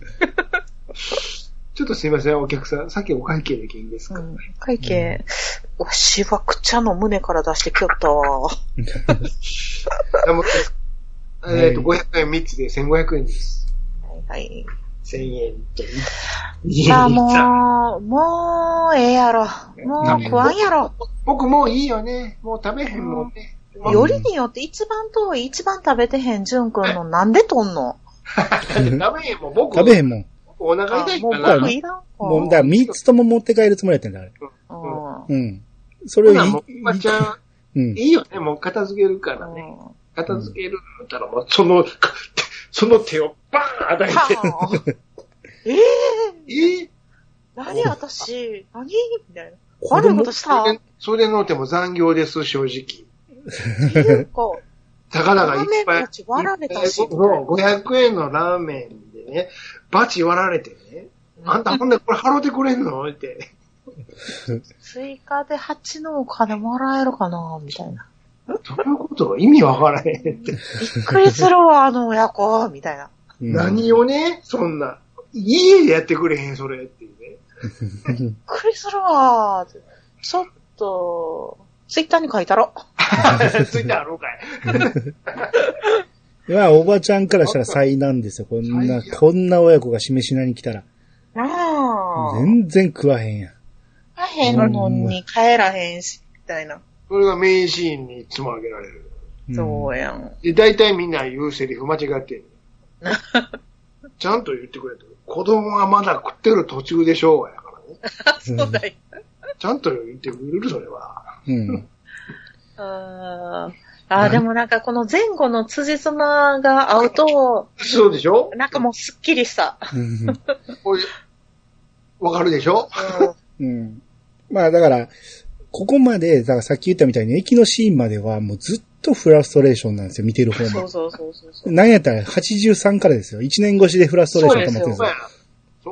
S3: ちょっとすいません、お客さん。さっきお会計できいいです
S2: う
S3: か
S2: ん。会計、わしはくちゃの胸から出してきよったわ。
S3: あもう
S1: はい
S3: えっと、500円3つで1500円です。
S2: はいはい。
S3: 1000円と。
S2: じゃあもう、もうええやろ。もう食わんやろ。
S3: 僕もういいよね。もう食べへんもんね。
S1: うん
S2: よりによって一番遠い、一番食べてへん、じゅんくんのなんでとんの
S1: うん
S3: 食べへんもん。僕、
S1: 食べへんもん。
S3: お腹
S2: あ
S3: 痛い
S2: もう
S3: から。
S2: 僕いらんか。
S1: もう、だから三つとも持って帰るつもりやったんだ、あれ。
S2: うん
S1: うん。それ
S3: ほ
S1: をい
S3: なもう、おばちゃん、
S1: うん。
S3: いいよね。もう片付けるからね。片付けるんだったら、もうその、かその手をバーン与えて。
S2: はあええ
S3: えー
S2: 何私、何みたいな。悪いことした
S3: それそれの手も残業です、正直。
S2: っていうか、
S3: 魚がい
S2: ラ
S3: っ
S2: ーメン
S3: ぱい。
S2: たち割られたし。
S3: そう500円のラーメンでね、バチ割られてね、あんたほんでこれ払ってくれんのって。
S2: 追加で8のお金もらえるかなみたいな。
S3: どういうこと意味わからへんって。
S2: びっくりするわ、あの親子みたいな。
S1: うん
S3: 何をね、そんな。家でやってくれへん、それっていうね。
S2: びっくりするわ。ちょっと、ツイッターに書いたろ。
S3: ついてあろうかい。
S1: いや、おばちゃんからしたら災難ですよ。こんな、
S3: 最悪
S1: こんな親子が示しなに来たら。
S2: なあ。
S1: 全然食わへんやん。
S2: 帰らへんのに帰らへんし、みたいな。
S3: それがメインシーンにいつも挙げられる。
S1: うん
S2: そうやん。
S3: で、大体みんな言うセリフ間違ってる。 ちゃんと言ってくれと。子供はまだ食ってる途中でしょうがやからね。
S2: そうだよ。
S3: ちゃんと言ってくれる、それは。
S1: うん。
S2: ああー、でもなんかこの前後の辻褄が合うと、
S3: そうでしょ
S2: なんかもうすっきりした。
S1: うん
S3: これ、わかるでしょ
S1: うん。まあだから、ここまで、だからさっき言ったみたいに駅のシーンまではもうずっとフラストレーションなんですよ、見てる方
S2: そ
S1: も
S2: う。そうそうそうそう。
S1: なんやったら83からですよ。1年越しでフラストレーション溜まってるんですよ。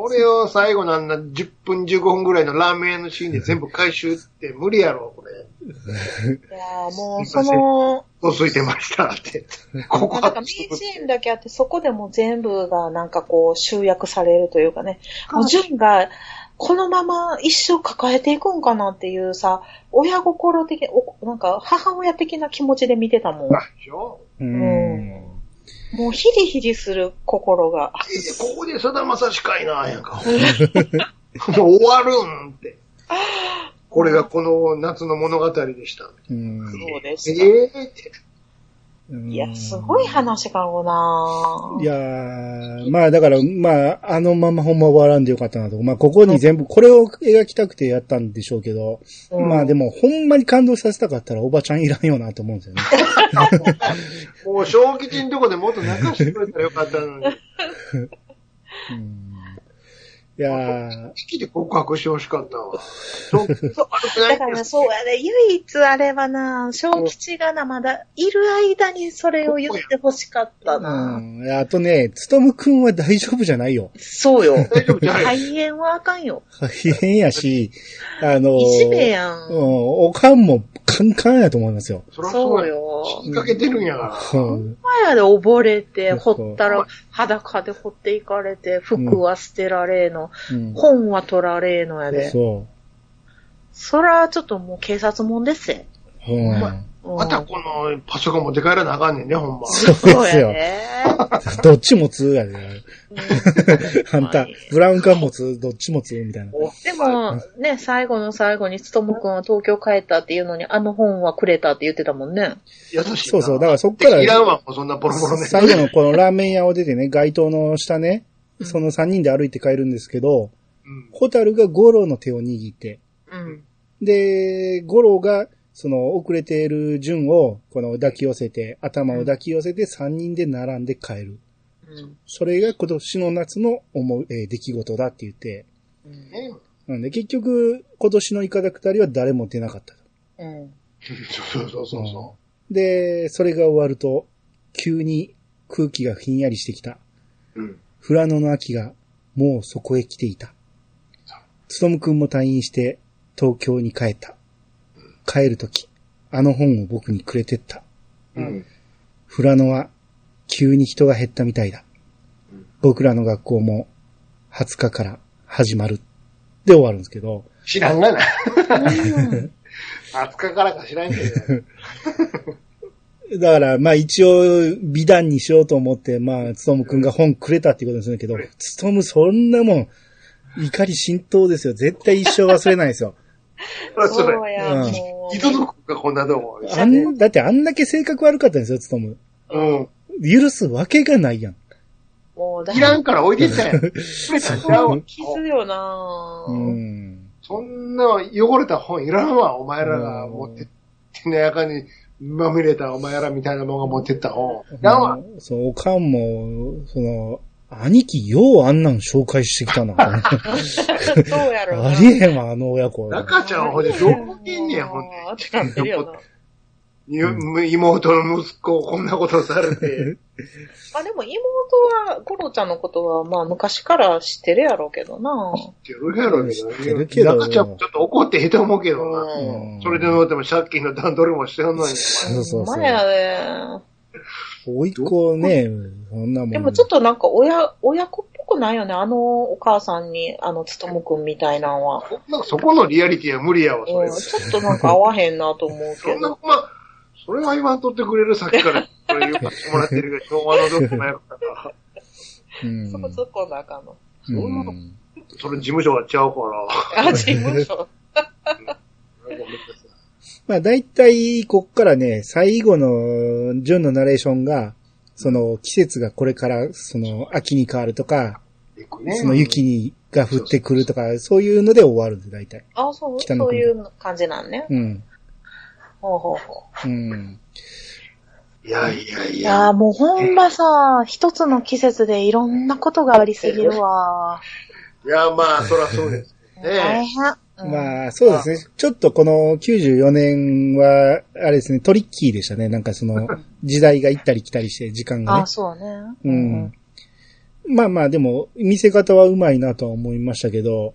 S3: それを最後のあんな10分15分ぐらいのラーメン屋のシーンで全部回収って無理やろ、これ。
S2: いやーもうその、
S3: 嘘ついてました って。ここ
S2: ま
S3: は
S2: あ、なんかメインシーンだけあって、そこでもう全部がなんかこう集約されるというかね、もう純がこのまま一生抱えていくんかなっていうさ、親心的、おなんか母親的な気持ちで見てたもん。
S3: なんでしょ
S1: う
S2: うん
S1: ん。
S2: もうヒリヒリする心が。
S3: えーここでさだまさしかいな、やんか。もう終わるんって。これがこの夏の物語で した。
S1: うん。
S2: そうで
S3: え
S2: す。
S3: えーって。
S1: うん
S2: いや、すごい話かもない
S1: やー、まあだから、まあ、あのままほんま終わらんでよかったなと。まあ、ここに全部、これを描きたくてやったんでしょうけど、まあで
S2: も。
S1: も、ほんまに感動させたかったらおばちゃんいらんよなと思うんですよね。
S3: もう小吉のとこでもっと泣かしてくれたらよかったのに。
S1: うんいやー、
S3: 式で告白してほしかった わ。そう、そう、悪くないん
S2: だか
S3: で
S2: ら
S3: す
S2: そうやね、唯一あればな、小吉がな、まだいる間にそれを言ってほしかったな。
S1: うん、あとね、つとむくんは大丈夫じゃないよ。
S2: そうよ。
S3: 大丈夫じゃない。
S2: 肺炎はあかんよ。
S1: 大変や し、あのー、
S2: いじめや
S1: うん、
S2: ん。
S1: おかんもカンカンやと思いますよ。
S3: そら
S2: そう
S3: や。
S2: よ。
S3: 引っ掛けてるんやから。
S1: うん
S2: 前で溺れて、
S1: そ
S2: 掘
S1: う
S2: ったら裸で掘っていかれて、服は捨てられーの、
S1: うん
S2: 本は取られーのやで。
S1: そ
S2: そら、ちょっともう警察もんですよ。
S1: う。うん
S3: ほんま
S2: うん
S3: またこのパソコン持って帰らなあかんねんね、ほんま。
S1: そうですよ
S2: そうや。ね。
S1: どっちも通やで、
S2: うん
S1: あんた、ブラウン管持つ、どっちもつみたいな。
S2: でも、ね、最後の最後に、つともくんは東京帰ったっていうのに、あの本はくれたって言ってたもんね。
S3: 優しいな。
S1: そうそう、だからそっから
S3: い、らんわ、もうそんなボロボロね。
S1: 最後のこのラーメン屋を出てね、街灯の下ね、その3人で歩いて帰るんですけど、
S3: うん
S1: ホタルがゴロの手を握って、
S2: うん。
S1: で、ゴロが、その遅れている順を、この抱き寄せて、頭を抱き寄せて3人で並んで帰る。
S2: うん。
S1: それが今年の夏の思う、えー出来事だって言って、
S2: うん
S3: ね
S1: なんで結局、今年のイカダくたりは誰も出なかったと。
S2: うん。
S3: そうそうそうそ
S1: で、それが終わると、急に空気がひんやりしてきた。
S3: う。うん。
S1: 富良野の秋がもうそこへ来ていた。つとむくんも退院して東京に帰った。帰るとき、あの本を僕にくれてった。
S3: うん。
S1: 富良野は急に人が減ったみたいだ
S3: うん。
S1: 僕らの学校も20日から始まる。で終わるんですけど、
S3: 知らんがな。
S2: うん
S3: 扱日からか知らんけど。
S1: だから、まあ一応、美談にしようと思って、まあ、つとむくんが本くれたっていうことでするけど、つとむそんなもん、怒り浸透ですよ。絶対一生忘れないですよ。
S3: それ、
S2: そうや、
S1: うん
S2: もう。
S3: 二度と来るか、こんなとこ。
S1: あん、だってあんだけ性格悪かったんですよ、つとむ。
S3: うん。
S1: 許すわけがないやん。
S2: もう、だ
S3: いらんから置いてったやん。くれたんちゃうわ
S2: もう気づよな
S1: う
S2: ぁ。
S1: ん。
S3: そんな汚れた本いらんわ、お前らが持って、手のやかにまみれたお前らみたいなもんが持ってった本。いらんわ。
S1: そう、おかんも、その、兄貴ようあんなん紹介してきたな。あ
S2: そうやろな。
S1: りえへんわ、あの親子。
S3: 中ちゃんほんで、どこいんねん、ほん
S2: もうってなってるよ
S3: で。
S2: な。
S3: 妹の息子をこんなこと されて。
S2: まあでも妹は、ゴロちゃんのことは、まあ昔から知ってるやろうけどな
S3: 知ってるやろけ
S1: 知ってる
S3: ど
S1: けど
S3: 中ちゃんもちょっと怒ってへと思うけどな。
S1: うん
S3: それで乗っても借金の段取りもしてんのに。
S1: そうそう
S2: ほん
S1: そう
S2: ま。やね。
S1: おいっ子ね、そんなもん。
S2: でもちょっとなんか親、親子っぽくないよね。あのお母さんに、あの、つともくんみたいなのは。
S3: なんかそこのリアリティは無理やわ、そ
S2: うん
S3: れ。
S2: ちょっとなんか合わへんなと思う
S3: そ
S2: け
S3: んな
S2: ど。、
S3: まあ、それは言わんとってくれる、さっきから。それ言わせてもらってるけど、昭和のどこもやから。
S1: うん、
S2: そこそこなあかんの。
S1: うん
S3: それ事務所がちゃうから。
S2: あ、事務所。
S1: まあ大体、こっからね、最後の、純のナレーションが、その、季節がこれから、その、秋に変わるとか、その雪に、が降ってくるとか、そういうので終わるんです、大体。
S2: あ、そう、
S1: 北の
S2: そう
S1: 国
S2: いう感じなんね。
S1: うん。
S2: ほうほうほう。
S1: うん。
S3: いやいやい
S2: い
S3: や。
S2: やーもうほんまさ、一つの季節でいろんなことがありすぎるわ。
S3: いや、まあ、そらそうです。
S2: 大
S3: ね
S2: 変。うん
S1: まあ、そうですね。ちょっとこの94年は、あれですね、トリッキーで したね。なんかその、時代が行ったり来たりして、時間がね
S2: あ、。そうね。
S1: うん。まあまあ、でも、見せ方はうまいなとは思いましたけど、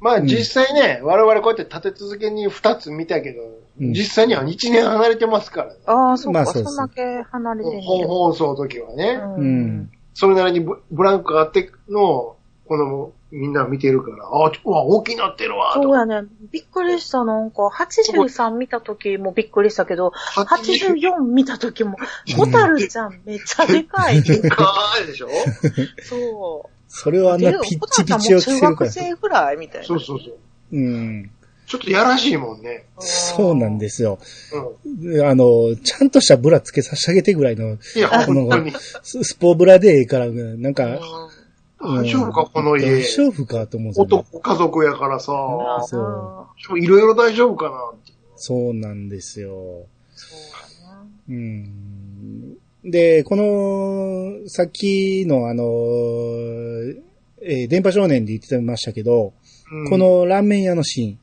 S3: まあ実際ね、我々こうやって立て続けに2つ見たけど、
S1: うん
S3: 実際には1年離れてますから、ね。
S2: ああ、そう
S1: まあ
S2: か、
S1: そ
S2: そう
S1: で
S2: ん
S1: す
S2: だけ離れてん
S3: 本放送の時はね、
S1: う
S2: うん
S1: ん。。
S3: それなりにブブランクがあっての、このみんな見てるから、ああ、うわ、大きなってるわ、
S2: そ
S3: と
S2: うやね。びっくりした。なんか、83見た時もびっくりしたけど、84見た時も、ホタルちゃんめっちゃでかい。
S3: かーいでしょ
S2: そ
S1: それを
S2: う。
S1: あんなピッチピチを着
S2: ホタル
S1: せ
S2: ちゃん
S1: る
S2: も中
S1: か
S2: 学
S1: ら。
S2: 生ぐらいみたいな。
S3: そうそうそう。
S1: うん。
S3: ちょっとやらしいもんね。
S1: そうなんですよ。
S3: うん。
S1: あの、ちゃんとしたブラつけさせてあげてぐらいの、
S3: いや、
S1: あ
S3: 本当に。
S1: ススポブラでええから、なん
S2: うん。
S1: か、
S3: 大丈夫か、この
S1: 大
S3: 家。
S1: 丈夫かと思うんですよね、
S3: 男家族やからさ、
S2: あー
S1: そ
S2: そうう。
S3: いろいろ大丈夫かなって。
S1: そうなんですよ。
S2: やな
S1: うん。で、この、さっきのあの、えー電波少年で言ってましたけど、
S3: うん
S1: こ、のラーメン屋のシーン、
S3: うん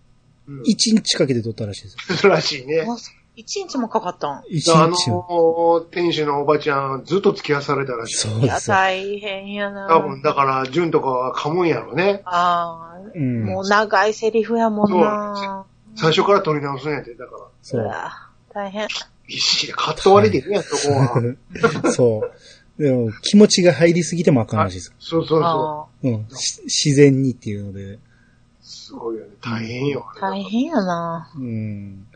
S1: 一日かけて撮ったらしいです。
S3: 珍しいね。
S2: あそう一日もかかったん。
S1: 一
S3: あの
S1: 日も。
S3: 店主のおばちゃん、ずっと付き合わされたらしい。
S1: そう
S2: い
S1: で
S2: や、
S1: すよ。
S2: 大変やな。
S3: 多分、だから、純とかは噛むんやろね。
S2: ああ、
S1: うん。
S2: もう長いセリフやもんな。
S3: 最初から取り直すんやて、だから。
S1: そうう。
S2: わ大変。
S3: ぎっしりカット割りでね、そこ は。
S1: そう。でも、気持ちが入りすぎてもあかんらしいです。
S3: そうそうそ
S2: あ
S1: うん。し自然にっていうので。
S3: う。すごいよね。大変よ。
S2: あ
S3: あれ
S2: 大変やな。
S1: うん。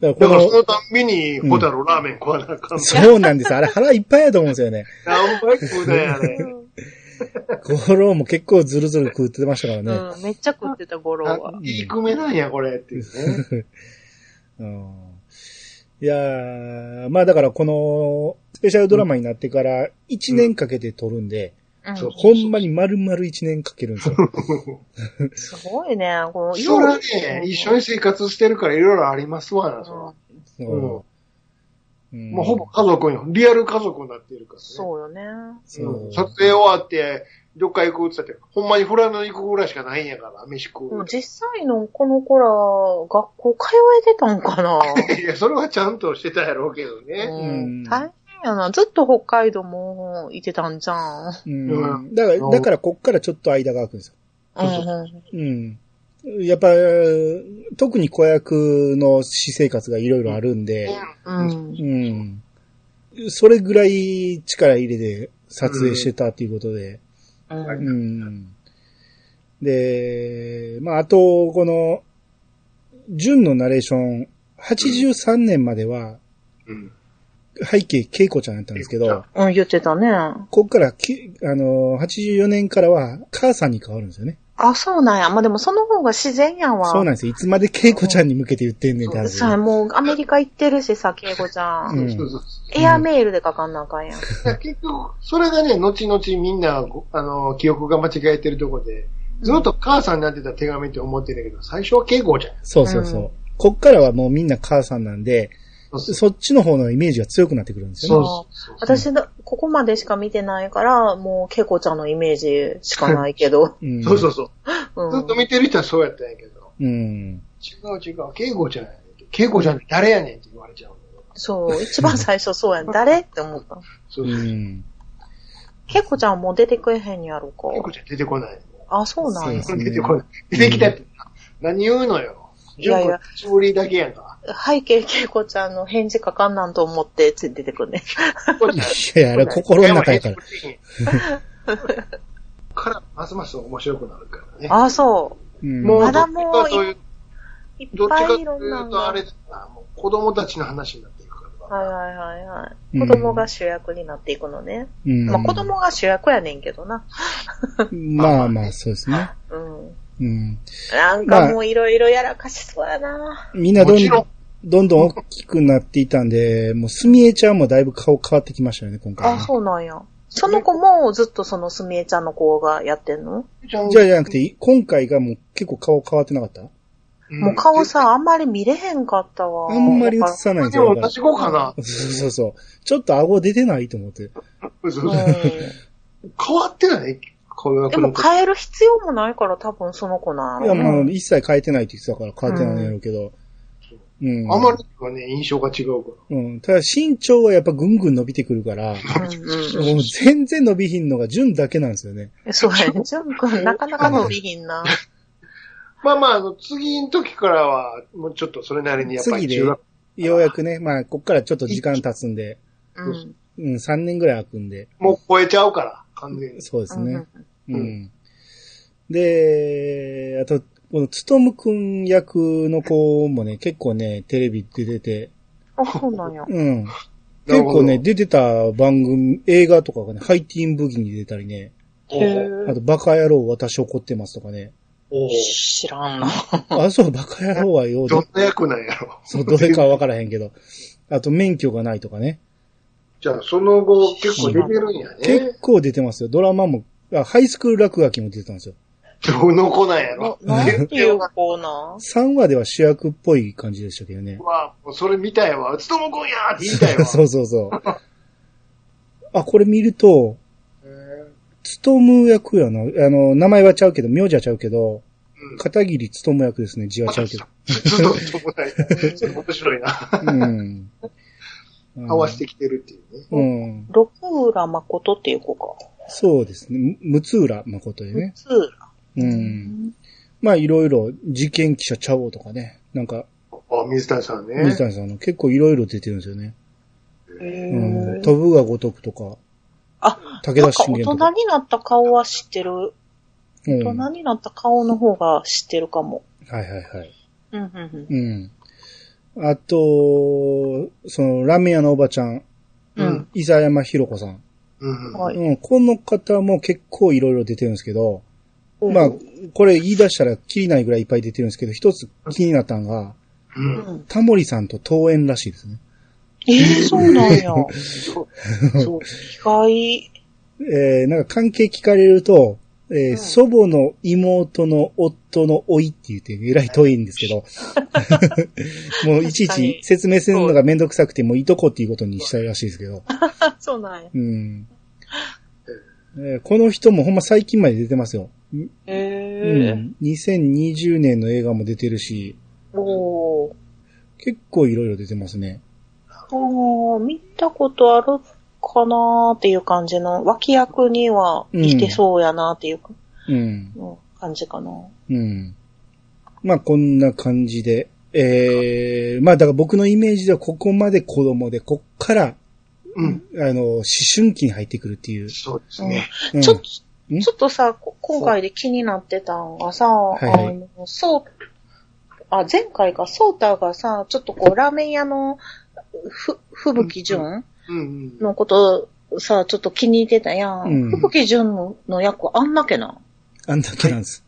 S1: だか
S3: だ
S1: ら
S3: から、そ
S1: こ
S3: のたんびに、ホタルラーメン食わなあか
S1: の、。
S3: ん
S1: そうなんです。あれ腹いっぱいやと思うんですよね。
S3: 何杯食うだ よ、あれ。
S1: ゴロも結構ズルズル食ってましたからね。
S2: うん、めっちゃ食ってた、五郎は。
S3: いい組めなんや、これ、っていうね。
S1: うんいやー、まあだからこのスペシャルドラマになってから1年かけて撮るんで、
S2: うん
S3: そう
S1: ほんまに丸々1年かけるんですよ。
S2: すごいね。こう
S3: そらね、一緒に生活してるからいろいろありますわな、そら。
S1: そううん
S3: もうほぼ家族に、リアル家族になっているからね。
S2: そうよね。
S1: そう
S3: うん撮影終わって、どっか行くって言ったって、ほんまにフラ野行くぐらいしかないんやから、飯食
S2: で
S3: う
S2: も。実際のこの子ら、学校通えてたんかな、
S3: いや、それはちゃんとしてたやろうけどね。
S2: うん、大変やな。ずっと北海道もいてたんじゃん。
S1: うん
S3: う
S1: だから、だからこっからちょっと間が空くんですよ。
S2: うん
S3: そう
S2: うん。
S1: うん。やっぱ、特に子役の私生活がいろいろあるんで、
S2: うん。
S1: うん。それぐらい力入れて撮影してたっていうことで。
S2: うん
S3: はい
S1: うん。で、まあ、あと、この、純のナレーション、83年までは、
S3: うん。
S1: 背景恵子ちゃんやったんですけど、
S2: うん、言ってたね。あ、
S1: ここからき、あの、84年からは、母さんに変わるんですよね。
S2: そうなんや。まあ、でもその方が自然やわ。
S1: そうなんですよ。いつまで恵子ちゃんに向けて言ってんねんって話。
S2: さあ、もうアメリカ行ってるしさ、恵子ちゃ。
S1: うんん
S3: そうそうそう
S2: エアメールで書かんなあかんやん。
S3: だから結局、それがね、後々みんな、ごあの、記憶が間違えてるとこで、ずっと母さんになってた手紙って思ってるけど、最初は敬語じゃん。
S1: そうそうそう。
S2: うん
S1: こっからはもうみんな母さんなんで、
S3: そうそう
S1: そっちの方のイメージが強くなってくるんですよね。
S3: そうそうそう。
S2: 私だ、ここまでしか見てないから、もう、恵子ちゃんのイメージしかないけど。
S1: うん
S3: そうそうそう。
S2: うん
S3: ずっと見てる人はそうやったんやけど、
S1: うん。
S3: 違う違う、敬語じゃない。敬語じゃない。誰やねんって言われちゃう。
S2: そう、一番最初そうや ん。誰って思った。
S3: そう
S1: う
S3: そう。
S1: ん。
S2: 恵子ちゃんはもう出てくれへんやろ
S3: 敬
S2: か
S3: 語。じゃ出てこない。
S2: あ、そうなんや
S1: そ。うですね
S3: 出てこない。出てきたって、何言うのよ。
S2: いやいや
S3: 純子久しぶりだけやんか。
S2: 背景恵子ちゃんの返事書かんなんと思って、つい出てくんね。
S1: いやいや、あれは心の中やから。
S3: から、ますます面白くなるからね。
S2: あ、そ
S1: う
S2: う。
S1: ん
S3: もう、
S2: まだもう
S3: どっちかという
S2: いっ
S3: どっち
S2: ぱ
S3: かと
S2: いい
S3: い
S2: ろんな
S3: うんと、
S2: が。
S3: あ
S2: は
S3: れ
S2: い
S3: だな、もう子供たちの話になっていくから。
S2: はいはいはい。
S1: う
S2: 子
S1: ん
S2: 供が主役になっていくのね。
S1: うん
S2: まあ子供が主役やねんけどな。
S1: まあまあ、そうですね。
S2: うん。
S1: うん。
S2: なんかもういろいろやらかしそうやな。
S1: みんなど
S3: も
S1: ん
S3: ち
S1: ど
S3: ろ
S1: ん、
S3: ん
S1: どんどん大きくなっていたんで、もうすみえちゃんもだいぶ顔変わってきましたよね、今回
S2: あ、
S1: ね。
S2: そうなんや。その子もずっとそのすみえちゃんの子がやってんの
S3: じゃ
S1: じゃあじゃなくて、今回がもう結構顔変わってなかった
S2: もう顔さ、あんまり見れへんかったわ。
S1: あんまり映さないんですよ。だ
S3: でも
S1: か
S3: 同じ子かな
S1: らそうそうそう。ちょっと顎出てないと思って。
S3: そううんそう変わってない顔が
S2: でも変える必要もないから多分その子なん
S1: い
S2: や
S1: や、
S2: ろな
S1: もう一切変えてないって言ってたから変えてないんやろうけど。うん。
S3: あまりにもね、印象が違うか
S1: うん。ただ身長はやっぱぐんぐん伸びてくるから、
S2: うん
S1: もう全然伸びひんのが純だけなんですよね。
S2: うん。そうやね。ジャン君、なかなか伸び ひんな。
S3: ら。まあまあ、あの、次の時からは、もうちょっとそれなりにやっぱり
S1: 次で
S3: 中学、
S1: ようやくね、まあ、こっからちょっと時間経つんで、
S2: うん。
S1: うん、3年ぐらい空くんで、
S3: もう超えちゃうから、完全に。
S1: そうですね。
S3: うん
S1: うん。で、あと、このつとむくん役の子もね、結構ね、テレビ出てて、
S2: あ、そうなんや。
S1: うん。
S3: な
S1: 結
S3: るほど
S1: 構ね、出てた番組、映画とかがね、ハイティーンブギーに出たりね、
S3: おう
S1: あと、バカ野郎、私怒ってますとかね。
S3: おう
S2: 知らんな。
S1: あ、そう、バカ野郎はよ、
S3: どんな役なんやろ。
S1: そう、ど れかはわからへんけど。あと、免許がないとかね。
S3: じゃあ、その後、結構出てるんやね
S1: 結。構出てますよ。ドラマも、あハイスクール落書きも出てたんですよ。
S3: どの子なんや
S2: な
S3: ろ。
S2: なんていう子な
S1: 3話では主役っぽい感じでしたけどね
S3: う。わもうそれ見たいわ。うつともくんやって言いたいわ。
S1: そうそうそう。あ、これ見ると、
S3: へー
S1: つとむ役やな。あの、名前はちゃうけど、名字はちゃうけど、
S3: うん
S1: 片桐つとむ役ですね、字はちゃうけど。
S3: ちょっと、ちょっとない。 ちょっと面白いな。
S1: うん。
S3: 合わせてきてるっていうね。
S1: うん。
S2: 六浦誠っていう子か。
S1: そうですね。む六浦誠でね。
S2: 六浦。
S1: うん。まあ、いろいろ、事件記者ちゃおうとかね。なんか、
S3: あ、水谷さんね。
S1: 水谷さんの結構いろいろ出てるんですよね。う
S2: へ
S1: ん。
S2: ー
S1: 飛ぶが如くとか、
S2: あ、
S1: 武
S2: な
S1: 田
S2: んか
S1: 信
S2: 大
S1: 玄
S2: 人
S1: とか。
S2: になった顔は知ってる。
S1: うん。
S2: 大
S1: は
S2: 人になった顔の方が知ってるかも。
S1: いはいはい。
S2: うんうんうん。
S1: うん。あと、その、ラーメン屋のおばちゃん、
S2: うん。
S1: 伊沢山ひろ子さん。。
S3: うん。
S2: はいう
S1: ん。この方も結構いろいろ出てるんですけど、
S2: うん
S1: まあ、これ言い出したらきりないぐらいいっぱい出てるんですけど、一つ気になったのが、
S3: う。
S2: うんん
S1: タモリさんと登園らしいですね。
S2: えー、そうな んや。
S3: そう。そう。
S2: 意外。
S1: えー、なんか関係聞かれると、えー
S2: うん
S1: 祖母の妹の夫の甥いって言って、えらい遠いんですけど、もういちい
S2: 確か
S1: ち
S2: に
S1: 説明するのがめんどくさくて、もういとこっていうことにしたいらしいですけど、
S2: あ、そうなんや。
S1: うん。えーこの人もほんま最近まで出てますよ。う
S2: え
S1: ん。2020年の映画も出てるし、
S2: ー。おー。
S1: 結構いろいろ出てますね。
S2: ああ、見たことあるかなーっていう感じの、脇役にはいてそうやなーっていうか
S1: うん。
S2: うん感じかな。
S1: うん。まあ、こんな感じで。えー、まあ、だから僕のイメージではここまで子供で、こっから、
S3: うん。
S1: あの、思春期に入ってくるっていう。
S3: そうですね。
S1: うん
S2: ちょっと、
S1: ん
S2: ちょっとさ、こ今回で気になってたんがさ、
S1: いはい
S2: あの、そう、あ、前回か、ソータがさ、ちょっとこう、ラーメン屋の、ふ、ふぶきじゅん
S3: うんうん。
S2: のこと、さ、ちょっと気に入ってたやん。
S1: うん
S2: ふぶきじゅんのの役あんなけな。
S1: あんだけなんです。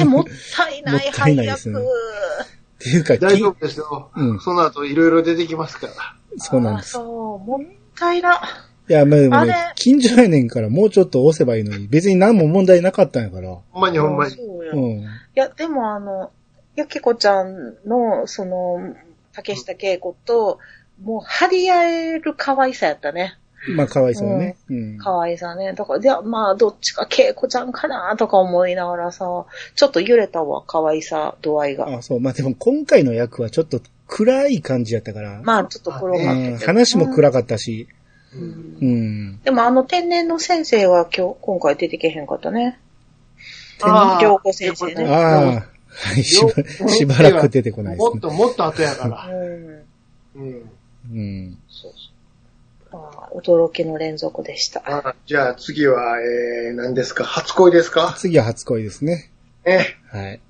S2: えもったいな
S1: も
S2: い
S1: った
S2: 配
S1: いないです
S2: 役。
S1: ねっていうか、
S3: 大丈
S1: き
S3: 夫ですよ。
S1: うん
S3: その後いろいろ出てきますから。
S1: そうなん
S2: あ、
S1: です。
S2: そう、もったいな。
S1: いや、まあでもね
S2: あれ、
S1: 近所やねんからもうちょっと押せばいいのに、別に何も問題なかったんやから。
S3: ほんまにほんまに。
S2: そうや。
S1: う
S2: い
S1: ん。
S2: や、でもあの、ゆきこちゃんの、その、竹下恵子と、もう張り合える可愛さやったね。
S1: まあ、かわいそうね。うん。
S2: 可愛さね。だから、じゃあまあ、どっちか恵子ちゃんかなとか思いながらさ、ちょっと揺れたわ、可愛さ度合いが。
S1: あ、そう。まあでも今回の役はちょっと暗い感じやったから。
S2: まあ、ちょっと黒かったけ
S1: うん
S2: ど。
S1: 話も暗かったし。
S2: う
S3: うん
S1: う
S2: ん
S1: ん。
S2: でもあの天然の先生は今日、今回出てけへんかったね。
S3: あー
S2: 良子先生ね
S1: ああ。はい、しば、しばらく出てこないで
S3: も
S1: す
S3: っ
S1: ね。
S3: ともっと後やから。
S2: うん。
S3: うん。
S1: うん。
S3: そうそう。
S2: まあ、驚きの連続でした。
S3: あじゃあ次は、えー、何ですか初恋ですか
S1: 次は初恋ですね。
S3: ね。
S1: はい。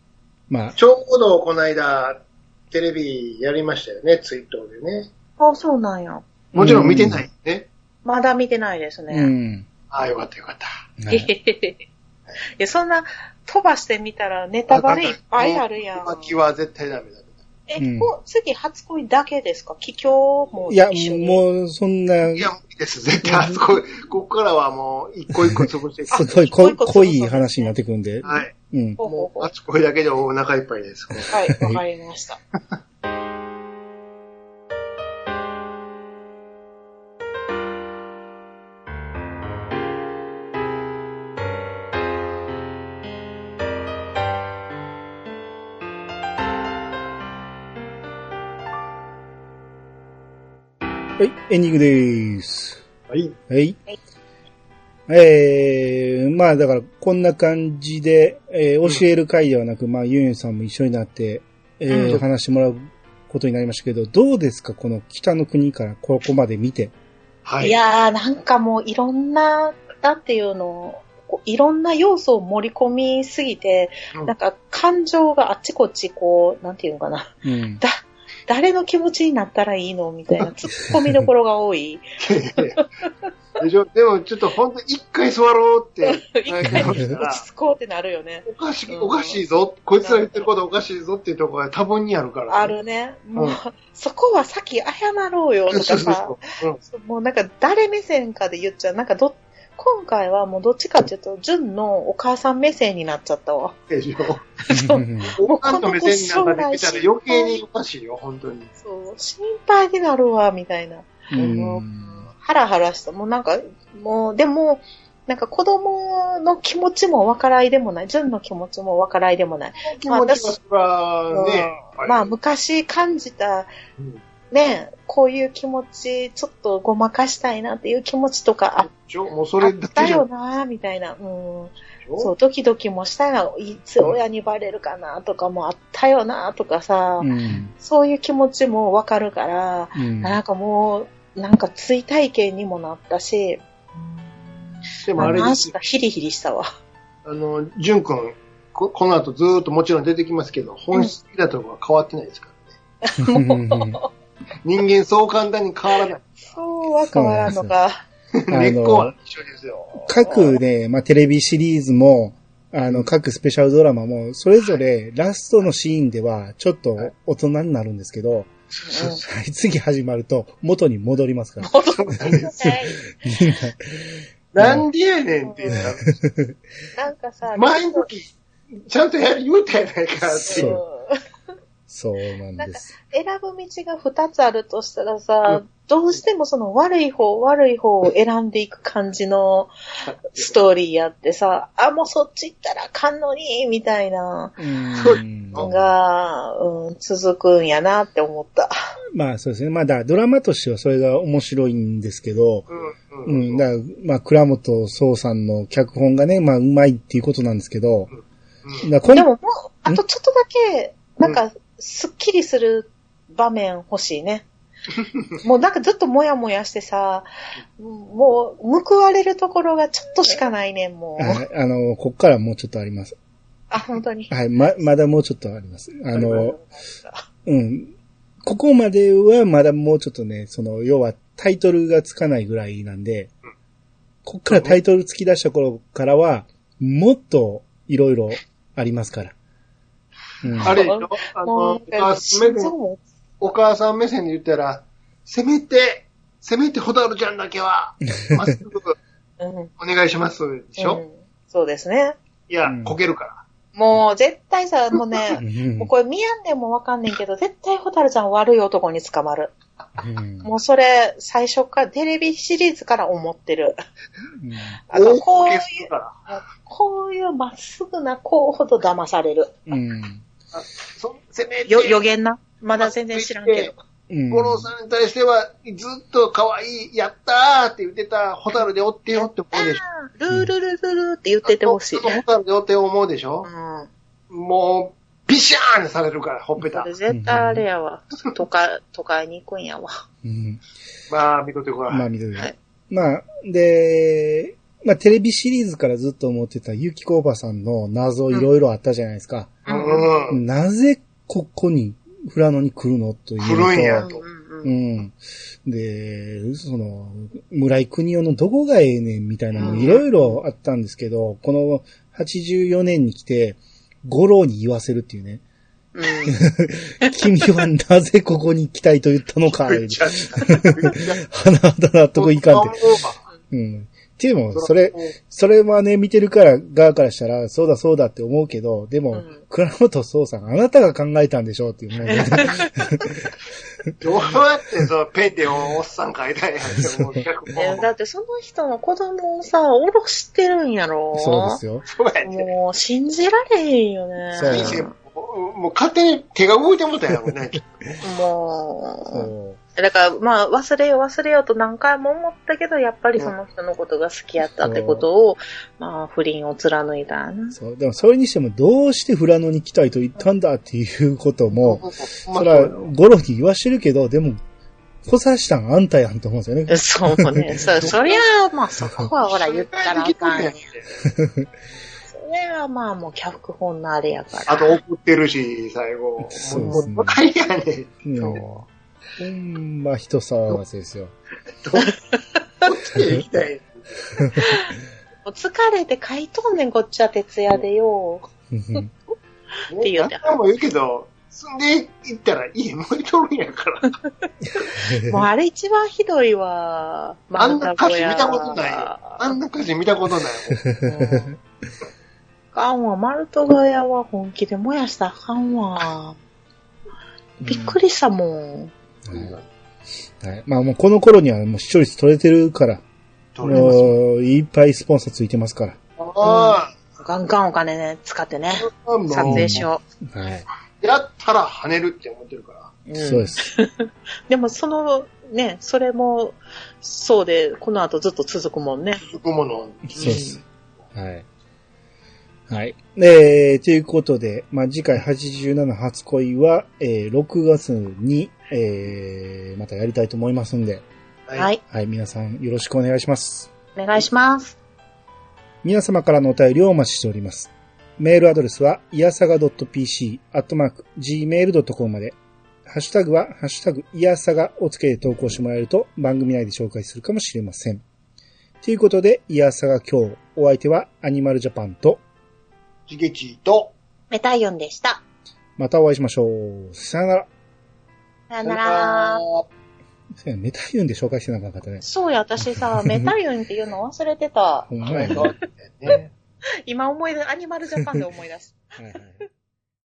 S1: まあ、
S3: ちょうどこの間、テレビやりましたよね、ツイートでね。
S2: あ、そうなんや。
S3: もちろん見てないね。
S2: まだ見てないです
S1: う
S2: ね。
S1: ん。
S3: ああ、よかったよかった。
S1: は
S2: へへ
S1: い
S2: へへいや、そんな、飛ばしてみたらネタバレいっぱいあるやん。
S3: 巻きは絶対ダメだ。
S2: え、
S1: うん
S2: こう次初恋だけですか帰郷も
S1: いや、
S2: 一緒に。
S1: もう、そんな、
S3: いや、もういいです。絶対、あそこ、ここからはもう、一個一個潰してい
S1: す
S3: く。
S1: ごい濃い
S2: そういうこと
S1: 濃い話になってくんで。
S3: はい。
S1: うん。
S2: ほうほう
S3: も
S2: ほ
S3: う、
S2: う
S3: あそこだけでお腹いっぱいです。
S2: はい、わかりました。
S1: はい、エンディングです。
S3: はい。
S1: はい
S2: はい。
S1: えー、まあだから、こんな感じで、えー教える会ではなく、まあ、ユンユンさんも一緒になって、えー
S2: うん
S1: 話してもらうことになりましたけど、どうですかこの北の国からここまで見て。
S3: はいい。
S2: やー、なんかもういろんな、なんていうの、こういろんな要素を盛り込みすぎて、
S3: うん
S2: なんか感情があっちこっちこう、なんていうのかな、
S1: うん。
S2: だ、誰の気持ちになったらいいのみた いな、突っ込みどころが多い。
S3: でしょでも、ちょっと本当一回座ろうって。
S2: 一回
S3: は
S2: 落
S3: い
S2: ち着こうってなるよね。
S3: おかしい、おかしいぞ。こいつら言ってることおかしいぞっていうところが多分にあるから、
S2: あ。るね。もう、
S3: うん
S2: そこは先謝ろうよ
S3: そう
S2: と
S3: そ
S2: か
S3: う
S2: さ。
S3: そう。うん。
S2: もうなんか誰目線かで言っちゃう。なんかど、今回はもうどっちかっていうと、純のお母さん目線になっちゃったわ。
S3: でしょ。
S1: うん
S3: おかんの目線になんかで見たら余計におかしいよ、本当に。
S2: そう、心配になるわ、みたいな。
S1: うん
S2: ハラハラした。もうなんか、もう、でも、なんか子供の気持ちも分からいでもない。純の気持ちも分からいでもない。
S3: 気持ちはそらね、
S2: うんまあ、昔感じた、
S3: うん
S2: ね、こういう気持ち、ちょっとごまかしたいなっていう気持ちとかあっ
S3: ちょもうそれ
S2: あ
S3: だ
S2: った
S3: けじゃ
S2: よ
S3: ん。
S2: な、みたいな。うん。そ、
S3: そう
S2: ドキドキもしたが、いつ親にバレるかなとかもあったよな、とかさ、
S1: うん
S2: そういう気持ちもわかるから、
S1: うん
S2: なんかもう、なんか追体験にもなったし、
S3: でもあれ
S2: な
S3: で
S2: ん
S3: す
S2: かヒリヒリしたわ。
S3: あの、淳くん、ここの後ずーっともちろん出てきますけど、本質的なところは変わってないですからね。
S1: も
S3: 人間そう簡単に変わら ない。
S2: そうは変わらんのか。
S1: あの
S3: 根っこは一緒です よ。
S1: 各ね、まあ、テレビシリーズも、あの、各スペシャルドラマも、それぞれラストのシーンでは、ちょっと大人になるんですけど、
S2: うん
S1: はい、次始まると、元に戻りますから。
S3: なんでやねんって言ったら
S2: なんかさ、
S3: 前の時、ちゃんとやる言うたやないかって
S1: そ
S3: いうう。
S2: うん
S1: そうなんです。
S2: 選ぶ道が2つあるとしたらさ、どうしてもその悪い方、悪い方を選んでいく感じのストーリーやってさ、あ、もうそっち行ったらあかんのに、みたいな
S1: うん
S2: のが、うん、続くんやなって思った。
S1: まあそうですね。まあだからドラマとしてはそれが面白いんですけど、
S3: う
S1: う
S3: んうん
S1: ん、だからまあ倉本総さんの脚本がね、まあうまいっていうことなんですけど、だからこん
S2: でももう、あとちょっとだけ、なんか、すっきりする場面欲しいね。 もうなんかずっともやもやしてさ、もう報われるところがちょっとしかないねん、もう。
S1: はいあの、こっからもうちょっとあります。
S2: あ、本当に。
S1: はい、ま、まだもうちょっとあります。あの、
S2: う
S1: うん。ここまではまだもうちょっとね、その、要はタイトルがつかないぐらいなんで、こっからタイトルつき出した頃からは、もっといろいろありますから。うん
S3: あれでしょあの、
S2: も
S3: お
S2: う、なん
S3: 母
S2: か
S3: さん目
S2: 心
S3: 線
S2: 臓、も、
S3: お母さん目線で言ったら、せめて、せめてホタルちゃんだけは、まっすぐ
S2: うん。
S3: お願いしますでしょ、
S2: うんそうですね。
S3: いや
S1: うん、
S3: こけるから。
S2: もう、絶対さ、もう
S1: う
S2: ね、
S1: ん
S2: もうこれ見やんでもわかんねんけど、絶対ホタルちゃん悪い男に捕まる。
S1: うん
S2: もうそれ、最初から、テレビシリーズから思ってる。
S1: うん
S2: あの、
S3: こ
S2: こうい
S3: け
S2: う、
S3: するから。
S2: こういうまっすぐな子ほど騙される。
S1: うん。
S3: そせめて、
S2: よ、予言な。まだ全然知らんけど。
S1: うん。
S3: 五郎さんに対しては、ずっと可愛い、やったーって言ってた、ホタルでおってよって思うでしょ。
S2: ルールルルルって言っててほし
S3: ず
S2: い。
S3: っとホタルでおってよ思うでしょ、
S2: うん。
S3: もう、ビシャーンされるから、ほっぺ
S2: こ
S3: た
S2: れ。絶対あれやわ。都会、都会に行くんやわ。
S1: うん。
S3: まあ、見とってこら。
S1: まあ、緑
S2: はい
S1: まあ、で、まあ、テレビシリーズからずっと思ってた、ゆきこおばさんの謎いろいろあったじゃないですか。
S3: うんうん。
S1: なぜここに、富良野に来るのというと。
S3: 来るん
S2: う
S3: や
S2: んうん
S1: う
S2: うん。
S1: ん。で、その、村井国夫のどこがええねんみたいなの
S2: うん
S1: いろいろあったんですけど、この84年に来て、五郎に言わせるっていうね。
S2: うん。
S1: 君はなぜここに来たいと言ったのか。
S3: めっちゃ
S1: 花だなとこいかんって。
S3: て。
S1: うん。っていうのも、それ、それはね、見てるから、側からしたら、そうだそうだって思うけど、で
S2: う
S1: も
S2: ん、
S1: 倉本総さん、あなたが考えたんでしょうっていうね。
S3: どうやってそのペンでおっさん書いたんやって思う。逆
S2: ね
S3: も
S2: だってその人の子供をさ、おろしてるんやろ。
S1: そうですよ。
S3: そうやって。
S2: もう、信じられへんよね。
S1: そう
S3: 人生もうもう勝手に手が動いてもうたんやろうね。
S1: そ
S2: も、
S1: う
S2: だから、まあ、忘れよう忘れようと何回も思ったけど、やっぱりその人のことが好きやったってことを、まあ、不倫を貫いたな。
S1: そう。でも、それにしても、どうして富良野に来たいと言ったんだっていうことも、
S3: そ
S1: それは、ゴロに言わしてるけど、でも、こさしたんあんたやんと思うんですよね。
S2: そうね。そ、そりゃあ、まあ、そこはほら、言ったらあかんやん。それはまあ、もう、脚本のあれやから。
S3: あと怒ってるし、最後。
S1: そうで
S3: も
S1: す
S3: う、
S1: ね
S3: もう大変やねん。
S1: いやほんま、人騒がせですよ。
S3: どっちで行きたい
S2: もう疲れて書いとんねん、こっちは徹夜でよ。
S3: の
S2: て言う
S3: も
S2: て
S3: 何回も言うけど、住んで行ったら家燃えとるんやから。
S2: もう、あれ一番ひどいわ。
S3: あんな歌詞見たことないよ。あ
S2: い。
S3: んな歌詞見たことない。
S2: うんあかんわ、マルトガヤは本気で燃やしたらあかんわ。びっくりしたもん。
S1: うんはい。まあ、もうこの頃にはもう視聴率取れてるから、
S3: とりますよ。
S1: もういっぱいスポンサーついてますから。
S3: あ
S2: ガンガンお金ね、使ってね。
S3: あ、もう、
S2: 撮影しよ
S1: はい。
S3: やったら跳ねるって思ってるから。
S2: う。。
S1: そうですす。
S2: でもその、ね、それも、そうで、この後ずっと続くもんね。
S3: 続くもの。
S1: そうです。はい。はい。えー、ということで、まあ、次回87初恋は、えー、6月に、えー、またやりたいと思いますんで、
S2: は。い。
S1: はい、皆さんよろしくお願いします。
S2: お願いします。
S1: 皆様からのお便りをお待ちしております。メールアドレスは、いやさが .pc、アットマーク、gmail.com まで。ハッシュタグは、ハッシュタグ、いやさがをつけて投稿してもらえると、番組内で紹介するかもしれません。ということで、いやさが今日、お相手は、アニマルジャパンと、
S3: ジゲチーと、
S2: メタイオンでした。
S1: またお会いしましょう。さよなら。
S2: さよなら。
S1: さよならメタユンで紹介してなかったね。
S2: そうや、私さ、メタイオンっていうの忘れてた。
S1: ほんま
S3: はい
S1: やね。
S3: ね
S2: 今思い出、アニマルジャパンで思い出した。
S1: はいはい